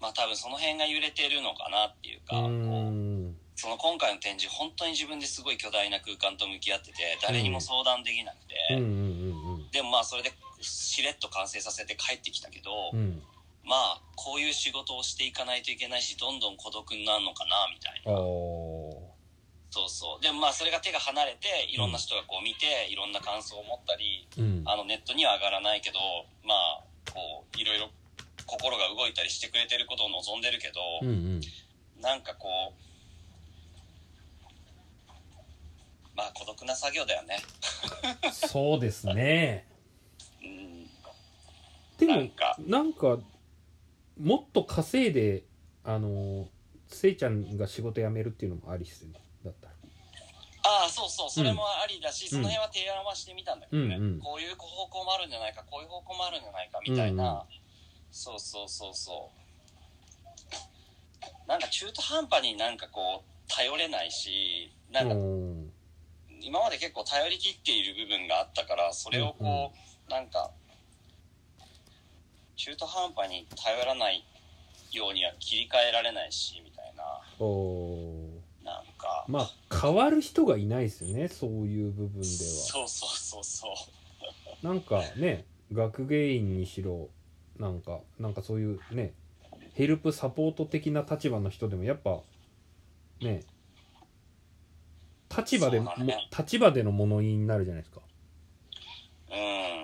S2: まあ多分その辺が揺れてるのかなっていう
S1: う
S2: か。こう
S1: ーん。
S2: その今回の展示本当に自分ですごい巨大な空間と向き合ってて誰にも相談できなくて、
S1: うんうんうん
S2: でもまあそれでしれっと完成させて帰ってきたけど、
S1: うん。うん。
S2: まあこういう仕事をしていかないといけないしどんどん孤独になるのかなみたいな
S1: あー。
S2: そうそうでもまあそれが手が離れていろんな人がこう見ていろんな感想を持ったり
S1: うん。
S2: あのネットには上がらないけどまあこういろいろ心が動いたりしてくれてることを望んでるけど、
S1: うんうん。
S2: なんかこう、まあ孤独な作業だよね。
S1: そうですね。
S2: うん、
S1: で
S2: な
S1: も
S2: ん、か、
S1: なんか、もっと稼いで、あの、せいちゃんが仕事辞めるっていうのもありっすよね。だったら。
S2: ああ、そうそう、それもありだし、その辺は提案はしてみたんだけどね、
S1: うんうん
S2: こういう方向もあるんじゃないか、こういう方向もあるんじゃないか、みたいな、
S1: うんうん
S2: そうそうそうそう。なんか中途半端になんかこう、頼れないし、なんか
S1: うん。
S2: 今まで結構頼りきっている部分があったからそれをこう、なんか中途半端に頼らないようには切り替えられないしみたいな
S1: おー
S2: なんか、
S1: まあ、変わる人がいないですよね。そういう部分では。
S2: そうそうそうそう
S1: なんかね学芸員にしろなんかなんかそういうねヘルプサポート的な立場の人でもやっぱね立場で、
S2: そうだね
S1: も立場での物言いになるじゃないですか
S2: う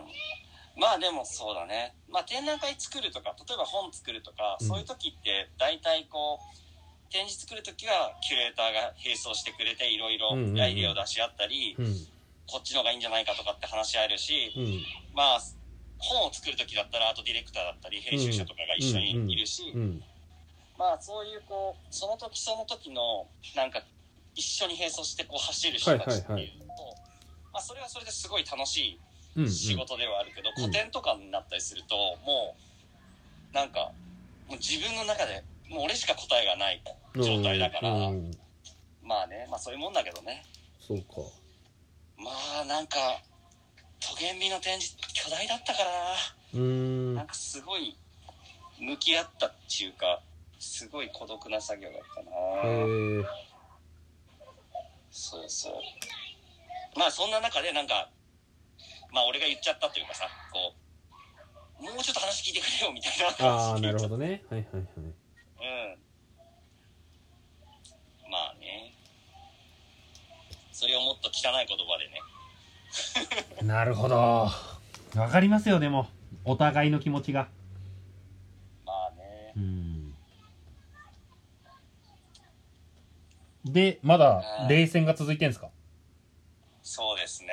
S2: んまあでもそうだねまあ展覧会作るとか例えば本作るとか、
S1: うん
S2: そういう時って大体こう展示作る時はキュレーターが並走してくれていろいろ
S1: うんうんうん
S2: アイデアを出し合ったり、
S1: うん
S2: こっちのがいいんじゃないかとかって話し合えるし、
S1: うん
S2: まあ、本を作る時だったらアートディレクターだったり編集者とかが一緒にいるし、
S1: うん
S2: まあそういうこうその時その時のなんか一緒に並走してこう走る人たちっていうのと、
S1: はいはい
S2: まあ、それはそれですごい楽し
S1: うんうん
S2: い仕事ではあるけど、
S1: うん
S2: 個展とかになったりするともうなんかもう自分の中でもう俺しか答えがない状態だから、
S1: うん
S2: まあねまあそういうもんだけどね
S1: そうか
S2: まあなんか都玄美の展示巨大だったからな。
S1: うーん
S2: なんかすごい向き合ったっていうかすごい孤独な作業だったな、
S1: えー、
S2: そうそうまあそんな中でなんかまあ俺が言っちゃったというかさこうもうちょっと話聞いてくれよみたいな
S1: ああ
S2: 話
S1: なるほ
S2: ど
S1: どねはいはいはい
S2: うんまあねそれをもっと汚い言葉でね
S1: なるほどわかりますよでもお互いの気持ちが
S2: まあね
S1: うんで、まだ冷戦が続いてんすか
S2: そうですね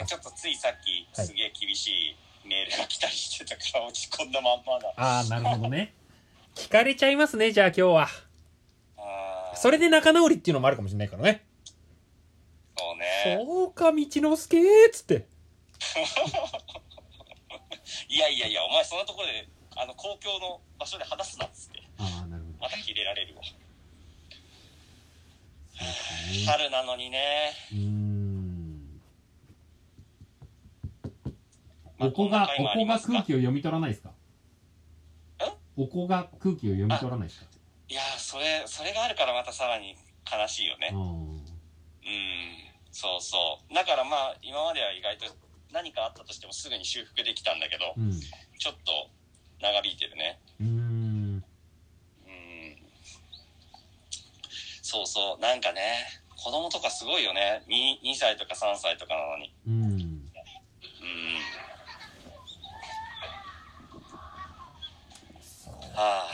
S2: ねちょっとついさっき
S1: はい
S2: すげえ厳しいメールが来たりしてたから落ち込んだまんまだ
S1: ああ、なるほどね。聞かれちゃいますね、じゃあ今日は。
S2: あー
S1: それで仲直りっていうのもあるかもしれないからね。
S2: そうね
S1: そうか、道之助ーっつって。
S2: いやいやいやお前そんなところであの公共の場所で話すなっつって
S1: ああ、なるほ
S2: また切れられるわ
S1: ど。
S2: 春なのにね
S1: うーん。
S2: まあ
S3: おこが、
S2: こんな回もあ
S3: お
S2: り
S3: こ
S2: ま
S3: が
S2: すか
S3: 空気を読み取らないですかおこが空気を読み取らないですか
S2: いやーそれそれがあるからまたさらに悲しいよね。
S1: うん
S2: うん、そうそう。だからまあ、今までは意外と何かあったとしてもすぐに修復できたんだけど、
S1: うん
S2: ちょっと長引いてるね。
S1: うん
S2: うん。そうそう。なんかね、子供とかすごいよね。2, 2歳とか3歳とかなのに。
S1: うん
S2: うん。はあ。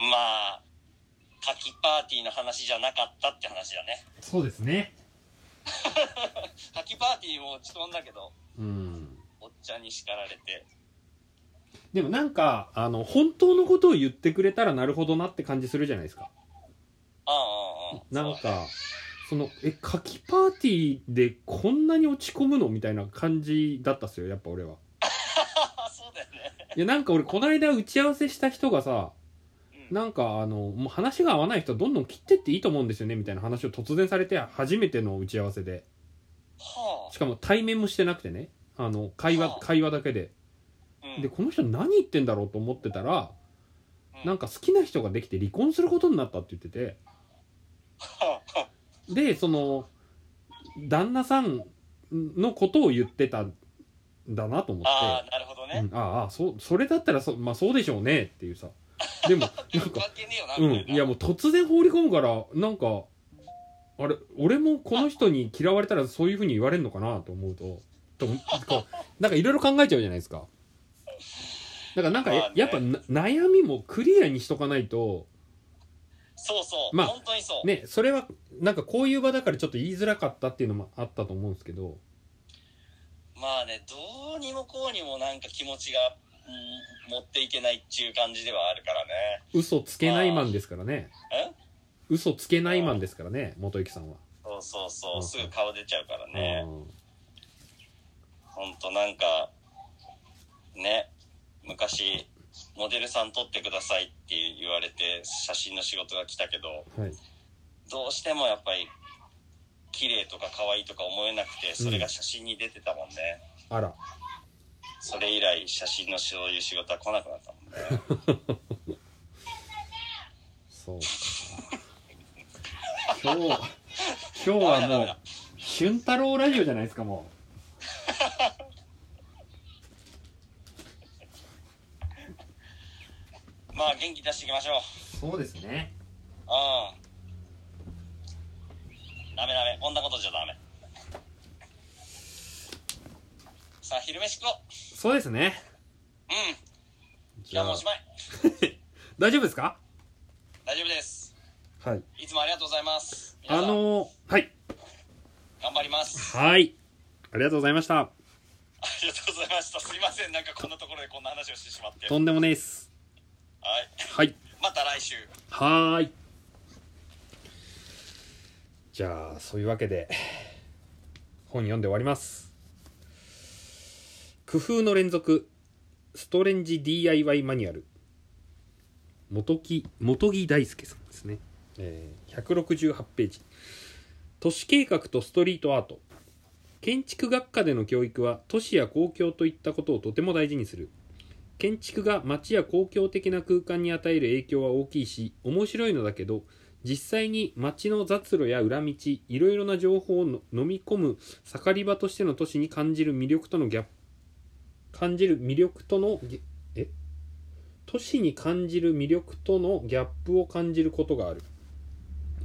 S2: まあ、滝パーティーの話じゃなかったって話だね。
S1: そうですね
S2: 滝パーティーも落ち込んだけど、
S1: うん
S2: おっちゃんに叱られて。
S1: でもなんかあの本当のことを言ってくれたらなるほどなって感じするじゃないですか
S2: ああ、ああ、ああ。
S1: なん
S2: そうだね。
S1: かそのえ夏季パーティーでこんなに落ち込むのみたいな感じだったっすよやっぱ俺は
S2: あそうだよね。
S1: いやなんか俺こないだ打ち合わせした人がさ
S2: うん
S1: なんかあのもう話が合わない人はどんどん切ってっていいと思うんですよねみたいな話を突然されて初めての打ち合わせで
S2: は
S1: しかも対面もしてなくてねあの会
S2: は
S1: 話
S2: あ
S1: 会話だけで
S2: あ。うん。
S1: でこの人何言ってんだろうと思ってたら
S2: うん
S1: なんか好きな人ができて離婚することになったって言って
S2: (laughs)
S1: て
S2: はあ、は
S1: でその旦那さんのことを言ってたんだなと思って
S2: あああ、なるほど
S1: う
S2: ね。
S1: ん、ああそうそれだったらそ,、まあ、そうでしょうねっていうさでもなんか
S2: 関係ねえよな、
S1: う
S2: み
S1: ん
S2: たいな。
S1: いやもう突然放り込むからなんかあれ俺もこの人に嫌われたらそういうふうに言われるのかなと思うととこうなんかいろいろ考えちゃうじゃないですかだからなんか、
S2: まあね
S1: やっぱな悩みもクリアにしとかないと
S2: そうそう、
S1: まあ
S2: 本当にそう。
S1: ねそれはなんかこういう場だからちょっと言いづらかったっていうのもあったと思うんですけど
S2: まあね、どうにもこうにもなんか気持ちが、うん持っていけないっていう感じではあるからね。
S1: 嘘つけないマンですからね
S2: え
S1: 嘘つけないマンですからね元幸さんは。
S2: そうそうそうう、
S1: ん
S2: すぐ顔出ちゃうから
S1: う
S2: ね。
S1: ん
S2: ほんとなんか、ね、昔、モデルさん撮ってくださいって言われて、写真の仕事が来たけど、
S1: はい、
S2: どうしてもやっぱり、綺麗とか可愛いとか思えなくて、それが写真に出てたもんね。
S1: あら
S2: それ以来、写真のそういう仕事は来なくなったもんね。
S1: そうか今日今日は
S2: ダメだダ
S1: も
S2: メ
S1: う
S2: だ
S1: ヒュン太郎ラジオじゃないですかも
S2: まあ、元気出していきましょう。
S1: うそうですね
S2: うん。ダメダメ。こんなことじゃダメ。さあ、昼飯食おう。
S1: そうですね
S2: うん。
S1: じ
S2: じゃあもうおしまい。
S1: 大丈夫ですか
S2: 大丈夫です。
S1: はい
S2: いつもありがとうございます。皆
S1: あ
S2: さん、
S1: のーはい
S2: 頑張ります。
S1: はいありがとうございました
S2: ありがとうございました。すいません。なんかこんなところでこんな話をしてしまって。は
S1: と
S2: い。
S1: んでもねえっすはい
S2: また来週。
S1: はーいじゃあそういうわけで本読んで終わります工夫の連続ストレンジ DIY マニュアル元木元木大輔さんですね、えー168ページ都市計画とストリートアート建築学科での教育は都市や公共といったことをとても大事にする建築が街や公共的な空間に与える影響は大きいし面白いのだけど実際に街の雑路や裏道いろいろな情報をの飲み込む盛り場としての都市に感じる魅力とのギャップ感じる魅力とのギえ都市に感じる魅力とのギャップを感じることがある、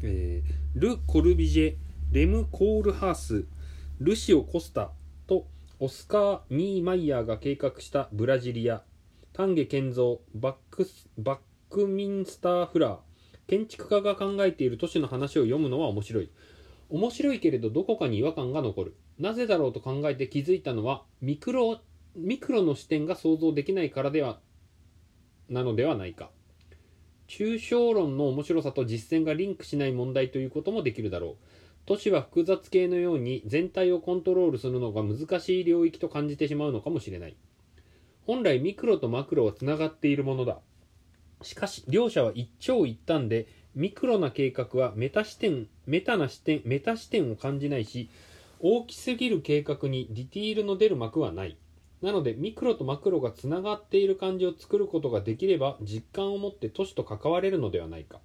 S1: えール・コルビジェレム・コールハースルシオ・コスタとオスカー・ニーマイヤーが計画したブラジリア丹下健三バックスバックミンスター・フラー建築家が考えている都市の話を読むのは面白い面白いけれどどこかに違和感が残るなぜだろうと考えて気づいたのはミクロミクロの視点が想像できないからではなのではないか抽象論の面白さと実践がリンクしない問題ということもできるだろう都市は複雑系のように全体をコントロールするのが難しい領域と感じてしまうのかもしれない本来ミクロとマクロはつながっているものだしかし両者は一長一短でミクロな計画はメタ視点メタな視点メタ視点を感じないし大きすぎる計画にディティールの出る幕はないなのでミクロとマクロがつながっている感じを作ることができれば実感を持って都市と関われるのではないか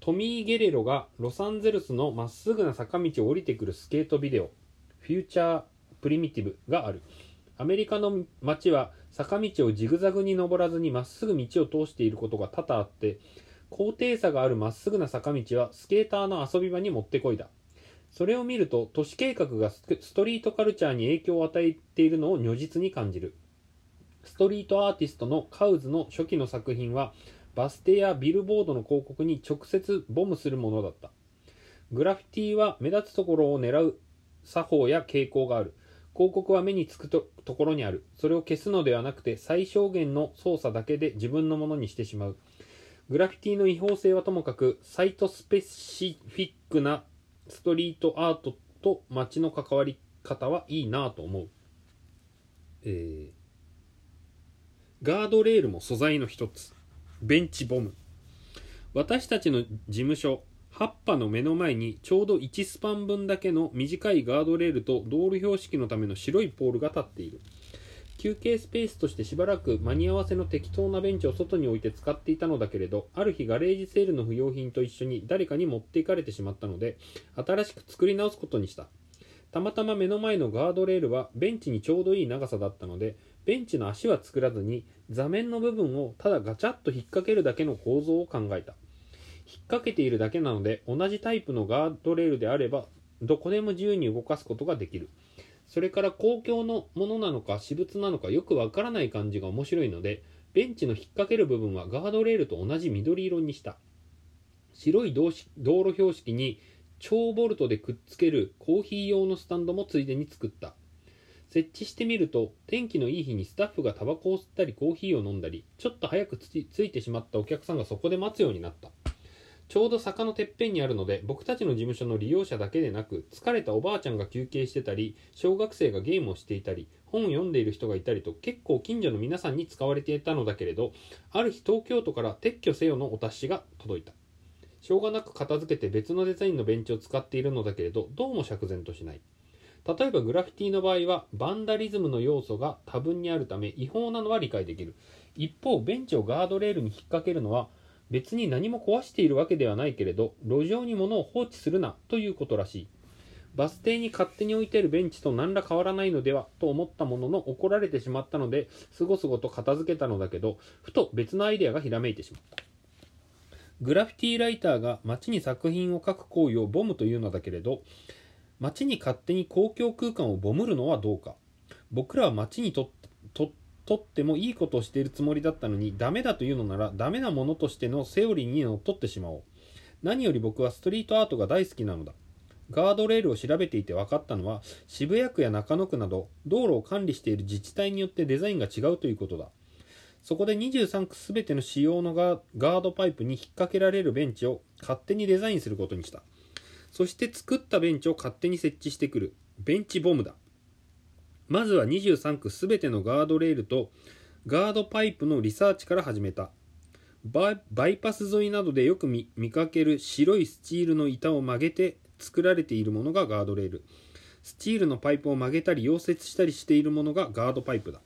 S1: トミー・ゲレロがロサンゼルスのまっすぐな坂道を降りてくるスケートビデオ「フューチャー・プリミティブ」があるアメリカの街は坂道をジグザグに登らずにまっすぐ道を通していることが多々あって高低差があるまっすぐな坂道はスケーターの遊び場にもってこいだそれを見ると都市計画がスストリートカルチャーに影響を与えているのを如実に感じるストリートアーティストのカウズの初期の作品はバス停やビルボードの広告に直接ボムするものだったグラフィティは目立つところを狙う作法や傾向がある広告は目につくとところにあるそれを消すのではなくて最小限の操作だけで自分のものにしてしまうグラフィティの違法性はともかくサイトスペシフィックなストリートアートと街の関わり方はいいなぁと思う、えーガードレールも素材の一つベンチボム私たちの事務所葉っぱの目の前にちょうど1スパン分だけの短いガードレールと道路標識のための白いポールが立っている休憩スペースとしてしばらく間に合わせの適当なベンチを外に置いて使っていたのだけれどある日ガレージセールの不要品と一緒に誰かに持っていかれてしまったので新しく作り直すことにしたたまたま目の前のガードレールはベンチにちょうどいい長さだったのでベンチの足は作らずに座面の部分をただガチャッと引っ掛けるだけの構造を考えた引っ掛けているだけなので同じタイプのガードレールであればどこでも自由に動かすことができるそれから公共のものなのか私物なのかよくわからない感じが面白いのでベンチの引っ掛ける部分はガードレールと同じ緑色にした白い道し道路標識に超ボルトでくっつけるコーヒー用のスタンドもついでに作った設置してみると天気のいい日にスタッフがタバコを吸ったりコーヒーを飲んだりちょっと早くついついてしまったお客さんがそこで待つようになったちょうど坂のてっぺんにあるので僕たちの事務所の利用者だけでなく疲れたおばあちゃんが休憩してたり小学生がゲームをしていたり本を読んでいる人がいたりと結構近所の皆さんに使われていたのだけれどある日東京都から撤去せよのお達しが届いたしょうがなく片付けて別のデザインのベンチを使っているのだけれどどうも釈然としない例えばグラフィティの場合はバンダリズムの要素が多分にあるため違法なのは理解できる一方ベンチをガードレールに引っ掛けるのは別に何も壊しているわけではないけれど路上に物を放置するなということらしいバス停に勝手に置いているベンチと何ら変わらないのではと思ったものの怒られてしまったのですごすごと片付けたのだけどふと別のアイデアがひらめいてしまったグラフィティライターが街に作品を書く行為をボムというのだけれど街に勝手に公共空間をボムるのはどうか僕らは街にとっととってもいいことをしているつもりだったのにダメだというのならダメなものとしてのセオリーにのっとってしまおう何より僕はストリートアートが大好きなのだガードレールを調べていて分かったのは渋谷区や中野区など道路を管理している自治体によってデザインが違うということだそこで23区すべての使用のガーガードパイプに引っ掛けられるベンチを勝手にデザインすることにしたそして作ったベンチを勝手に設置してくるベンチボムだまずは23区すべてのガードレールとガードパイプのリサーチから始めたバイバイパス沿いなどでよく見見かける白いスチールの板を曲げて作られているものがガードレールスチールのパイプを曲げたり溶接したりしているものがガードパイプだ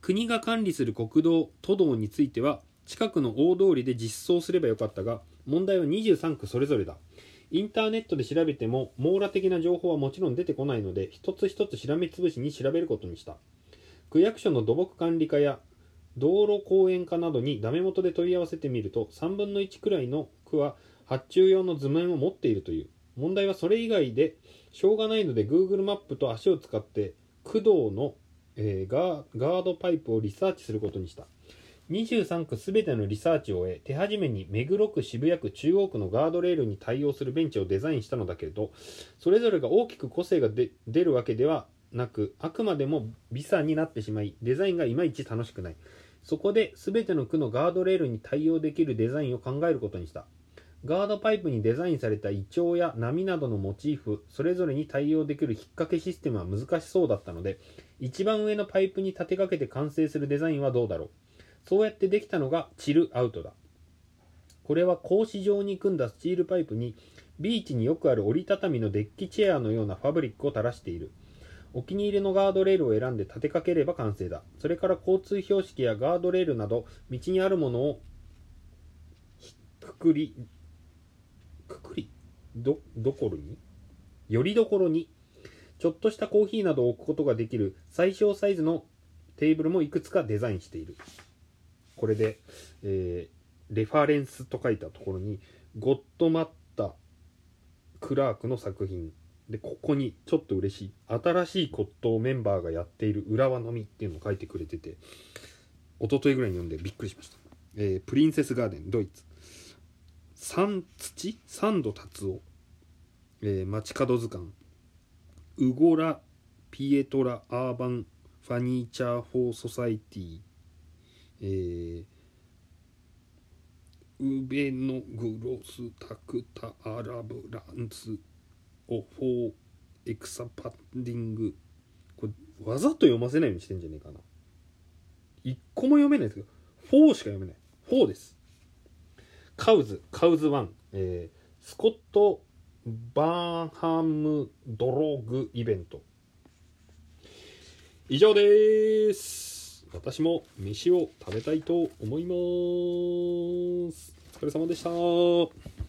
S1: 国が管理する国道都道については近くの大通りで実装すればよかったが問題は23区それぞれだインターネットで調べても網羅的な情報はもちろん出てこないので一つ一つしらみつぶしに調べることにした区役所の土木管理課や道路公園課などにダメ元で問い合わせてみると3分の1くらいの区は発注用の図面を持っているという問題はそれ以外でしょうがないので Google マップと足を使って区道の、えーガーガードパイプをリサーチすることにした23区すべてのリサーチを終え手始めに目黒区渋谷区中央区のガードレールに対応するベンチをデザインしたのだけれどそれぞれが大きく個性がで出るわけではなくあくまでも微差になってしまいデザインがいまいち楽しくないそこで全ての区のガードレールに対応できるデザインを考えることにしたガードパイプにデザインされたイチョウや波などのモチーフそれぞれに対応できる引っ掛けシステムは難しそうだったので一番上のパイプに立てかけて完成するデザインはどうだろうそうやってできたのがチルアウトだ。これは格子状に組んだスチールパイプにビーチによくある折りたたみのデッキチェアのようなファブリックを垂らしている。お気に入りのガードレールを選んで立てかければ完成だそれから交通標識やガードレールなど道にあるものをひくくりくくりどどころによりどころにちょっとしたコーヒーなどを置くことができる最小サイズのテーブルもいくつかデザインしているこれで、えーレファレンスと書いたところにゴッドマッタクラークの作品でここにちょっと嬉しい新しい骨董メンバーがやっている裏輪のみっていうのを書いてくれてて一昨日ぐらいに読んでびっくりしました、えープリンセスガーデンドイツ三土三度達夫、えー街角図鑑ウゴラ・ピエトラ・アーバン・ファニーチャー・フォー・ソサイティ、えー、ウベノ・グロス・タクタ・アラブ・ランス・オ・フォー・エクサパンディングこれわざと読ませないようにしてんじゃねえかな一個も読めないですけどフォーしか読めないフォーですカウズカウズ1、えー、スコット・バーハムドローグイベント以上です私も飯を食べたいと思いますお疲れ様でした